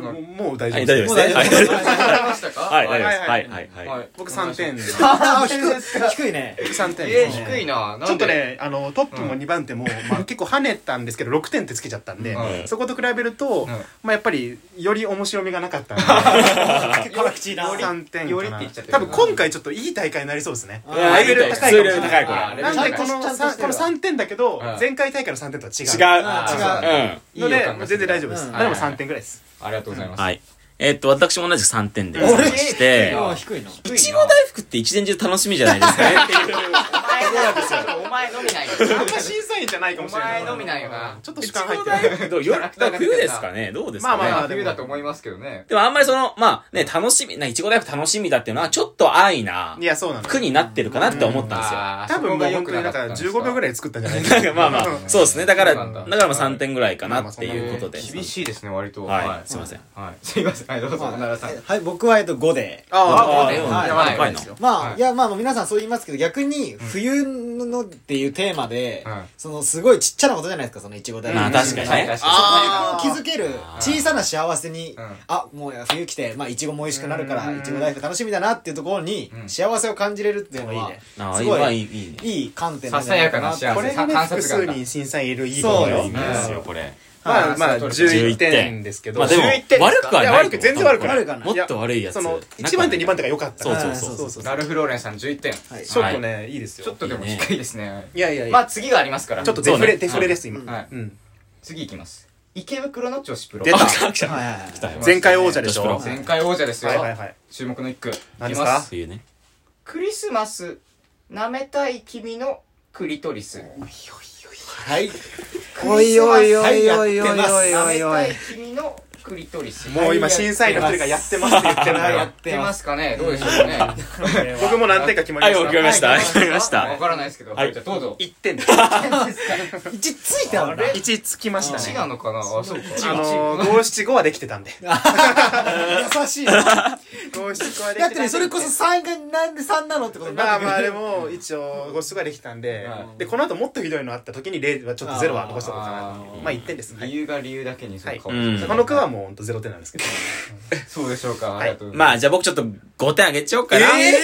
[SPEAKER 1] この
[SPEAKER 3] もう大丈
[SPEAKER 2] はい、
[SPEAKER 3] 夫
[SPEAKER 2] 大丈夫ですね。
[SPEAKER 3] です
[SPEAKER 2] はい、大丈夫
[SPEAKER 1] わかりましたか
[SPEAKER 2] はい、
[SPEAKER 1] はい
[SPEAKER 2] はい、はい、はい。
[SPEAKER 3] 僕3点で
[SPEAKER 4] あー、低い、低いね。
[SPEAKER 3] 3点
[SPEAKER 1] え
[SPEAKER 3] で
[SPEAKER 1] ー
[SPEAKER 3] す
[SPEAKER 1] 低いななんで
[SPEAKER 3] ちょっとねあのトップも2番手も、まあ、結構跳ねたんですけど6点ってつけちゃったんで、
[SPEAKER 1] うん
[SPEAKER 3] そこと比べると、
[SPEAKER 1] ん
[SPEAKER 3] まあ、やっぱりより面白みがなかったんで
[SPEAKER 4] 辛口な。
[SPEAKER 3] 3点
[SPEAKER 1] よりっ
[SPEAKER 3] か
[SPEAKER 1] て言
[SPEAKER 3] な
[SPEAKER 1] っちゃってる
[SPEAKER 3] 多分今回ちょっといい大会になりそうですね
[SPEAKER 4] あ
[SPEAKER 2] いや
[SPEAKER 3] レベル高い
[SPEAKER 2] 普通
[SPEAKER 3] かもし
[SPEAKER 2] レベ
[SPEAKER 3] れ
[SPEAKER 2] ル
[SPEAKER 3] ない
[SPEAKER 2] 高い、こ
[SPEAKER 1] あ
[SPEAKER 2] れ。
[SPEAKER 1] レベル
[SPEAKER 3] なんでこ
[SPEAKER 4] ちゃん
[SPEAKER 3] の
[SPEAKER 4] としてるわ
[SPEAKER 3] さこの3点だけど、
[SPEAKER 1] うん
[SPEAKER 3] 前回大会の3点とは違う
[SPEAKER 4] あ
[SPEAKER 2] 違う。うん。
[SPEAKER 1] いい予感
[SPEAKER 3] ので
[SPEAKER 1] が
[SPEAKER 3] 全然大丈夫です、
[SPEAKER 4] うん
[SPEAKER 3] あでも3点ぐらいです
[SPEAKER 1] ありがとうございます
[SPEAKER 2] はい。えーっと、私も同じく3点でございまし
[SPEAKER 1] 俺
[SPEAKER 2] て、
[SPEAKER 4] あー、低いな。
[SPEAKER 1] 低い
[SPEAKER 2] い
[SPEAKER 1] な
[SPEAKER 2] ちご大福って一年中楽しみじゃないですか ねっていう。
[SPEAKER 1] お前のみないお前のみない
[SPEAKER 3] あんま審査員じゃないかもしれない
[SPEAKER 1] お前のみないよな
[SPEAKER 3] ちょっと
[SPEAKER 2] い
[SPEAKER 3] 主
[SPEAKER 2] ちご
[SPEAKER 3] 観入って
[SPEAKER 2] 大
[SPEAKER 3] る
[SPEAKER 2] 福どうよだから冬ですかねどうですかね
[SPEAKER 3] まあまあ
[SPEAKER 1] 冬だと思いますけどね
[SPEAKER 2] でもあんまりその、まあね、楽しみ、ないちご大福楽しみだっていうのは、ちょっと安易ない
[SPEAKER 3] やそうなの
[SPEAKER 2] 苦になってるかなって思ったんですよ。
[SPEAKER 1] あー
[SPEAKER 3] 多分もう本当になんか15秒ぐらい作ったんじゃないですか
[SPEAKER 2] ま あまあ、そうですね。だから、だ
[SPEAKER 1] うん
[SPEAKER 2] からまあ3点ぐらいかなって
[SPEAKER 3] と
[SPEAKER 2] いうことで。
[SPEAKER 1] 厳しいですね割と
[SPEAKER 2] はいすいません
[SPEAKER 1] はいすいませんはいどうぞおならさん
[SPEAKER 4] はい、僕は、えっと、5で。
[SPEAKER 3] あ
[SPEAKER 2] あ
[SPEAKER 3] あ、
[SPEAKER 2] ー
[SPEAKER 3] で
[SPEAKER 2] でも
[SPEAKER 3] も、
[SPEAKER 2] ね
[SPEAKER 3] やば
[SPEAKER 1] はいい
[SPEAKER 3] やばいですよ。
[SPEAKER 4] ま
[SPEAKER 1] は
[SPEAKER 4] あ、
[SPEAKER 1] い
[SPEAKER 4] いや、まあ、皆さんそう言いますけど、逆に、冬のっていうテーマで
[SPEAKER 1] うん、
[SPEAKER 4] その、すごいちっちゃなことじゃないですか、その、いちご大
[SPEAKER 2] まあ
[SPEAKER 4] 福。
[SPEAKER 2] 確かにね
[SPEAKER 1] はい
[SPEAKER 4] あ
[SPEAKER 3] あ
[SPEAKER 4] そこを気づける小さな幸せに、
[SPEAKER 1] うん
[SPEAKER 4] あもう冬来て、まあ、いちごも美味しくなるか
[SPEAKER 3] う
[SPEAKER 4] ら
[SPEAKER 3] ん
[SPEAKER 4] いちご大福楽しみだなっていうところに
[SPEAKER 1] うん
[SPEAKER 4] 幸せを感じれるっていうの
[SPEAKER 3] いい
[SPEAKER 4] は
[SPEAKER 3] ね
[SPEAKER 2] あ
[SPEAKER 4] す
[SPEAKER 2] ーま
[SPEAKER 4] ご
[SPEAKER 2] あいい、
[SPEAKER 4] い
[SPEAKER 2] いいね。
[SPEAKER 4] いい観点
[SPEAKER 1] ささやかな幸
[SPEAKER 3] こ
[SPEAKER 1] せ
[SPEAKER 3] れがね、
[SPEAKER 1] 観察
[SPEAKER 3] 複
[SPEAKER 1] 眼
[SPEAKER 3] 数
[SPEAKER 1] だ
[SPEAKER 3] 人審査員いるいい
[SPEAKER 4] そう
[SPEAKER 3] よ
[SPEAKER 4] よ
[SPEAKER 2] いいですよ、これ。
[SPEAKER 3] まあまあ、
[SPEAKER 1] はい
[SPEAKER 3] 11点ですけど。
[SPEAKER 2] まあでも
[SPEAKER 3] 11点、
[SPEAKER 2] 悪くはない
[SPEAKER 3] いや、悪く、全然悪くない。
[SPEAKER 4] 悪くはない
[SPEAKER 2] もっと悪いやつ
[SPEAKER 3] その、1番手、2番手が良かったから。
[SPEAKER 2] そうそう
[SPEAKER 4] そう
[SPEAKER 3] そう
[SPEAKER 1] ラルフローレンさん11点
[SPEAKER 4] はい
[SPEAKER 3] ちょっとね、いいで
[SPEAKER 1] ち
[SPEAKER 3] す
[SPEAKER 1] ょっ
[SPEAKER 3] よ。
[SPEAKER 1] とでも低いですね
[SPEAKER 3] いやいやい
[SPEAKER 1] まあ
[SPEAKER 3] や。
[SPEAKER 1] 次がありますから
[SPEAKER 3] ちょっとデフ
[SPEAKER 2] そうね
[SPEAKER 3] レ、デフレです、今。
[SPEAKER 1] はい
[SPEAKER 3] うん。
[SPEAKER 1] 次いきます池袋の女子プロ
[SPEAKER 3] 出た
[SPEAKER 2] あ、来た。
[SPEAKER 4] はいはいはい
[SPEAKER 2] 来たよ。
[SPEAKER 3] 前回王者でしょ。
[SPEAKER 2] 女子
[SPEAKER 3] は
[SPEAKER 2] プ
[SPEAKER 1] 前回王者です
[SPEAKER 3] い
[SPEAKER 1] よ
[SPEAKER 3] はいはい。
[SPEAKER 1] 注目の一句い
[SPEAKER 3] 何
[SPEAKER 1] き
[SPEAKER 3] です
[SPEAKER 1] ま
[SPEAKER 3] か
[SPEAKER 1] す
[SPEAKER 2] 冬ね。
[SPEAKER 1] クリスマス舐めたい君のクリトリス
[SPEAKER 4] はい
[SPEAKER 1] おいおいおいおいおいおいおい
[SPEAKER 4] はいやっ
[SPEAKER 1] 舐めた
[SPEAKER 4] てます
[SPEAKER 1] い君のクリトリス
[SPEAKER 3] もう今審査員の一人がやってますって言ってない
[SPEAKER 1] やってますかねどうでしょう ね
[SPEAKER 3] 僕も何点か決まりま
[SPEAKER 2] はい決まりまし
[SPEAKER 3] し
[SPEAKER 2] た
[SPEAKER 1] はい
[SPEAKER 2] 決まりました
[SPEAKER 1] わからないですけど
[SPEAKER 2] は
[SPEAKER 1] はいいじゃあどうぞ
[SPEAKER 3] た1点で
[SPEAKER 4] 一ついたのね
[SPEAKER 3] 1つきました
[SPEAKER 1] 違
[SPEAKER 3] ね
[SPEAKER 1] うのかなあそうか
[SPEAKER 3] あの五七五はできてたんで
[SPEAKER 4] 優しいなだ
[SPEAKER 3] 五七五はできてたんで
[SPEAKER 4] ってねそれこそ三がなんで三なのってことに
[SPEAKER 3] ま
[SPEAKER 4] な
[SPEAKER 3] あ
[SPEAKER 4] ってくる
[SPEAKER 3] まあでも一応ごちそうができたんで
[SPEAKER 1] はい
[SPEAKER 3] でこの後もっとひどいのあった時に0はちょっとゼロは残しとこうかな
[SPEAKER 1] あ
[SPEAKER 3] と
[SPEAKER 1] ー
[SPEAKER 3] まあ1点ですは
[SPEAKER 1] 理
[SPEAKER 3] い
[SPEAKER 1] 由が理由だけにそうか
[SPEAKER 2] はいうん
[SPEAKER 3] この句はもうほんと0点なんですけど
[SPEAKER 1] そうでしょうかありがとうござい
[SPEAKER 2] ま
[SPEAKER 1] ま
[SPEAKER 2] あ、
[SPEAKER 1] す
[SPEAKER 2] じゃあ僕ちょっと5点あげちゃおうかな。
[SPEAKER 1] まあゆで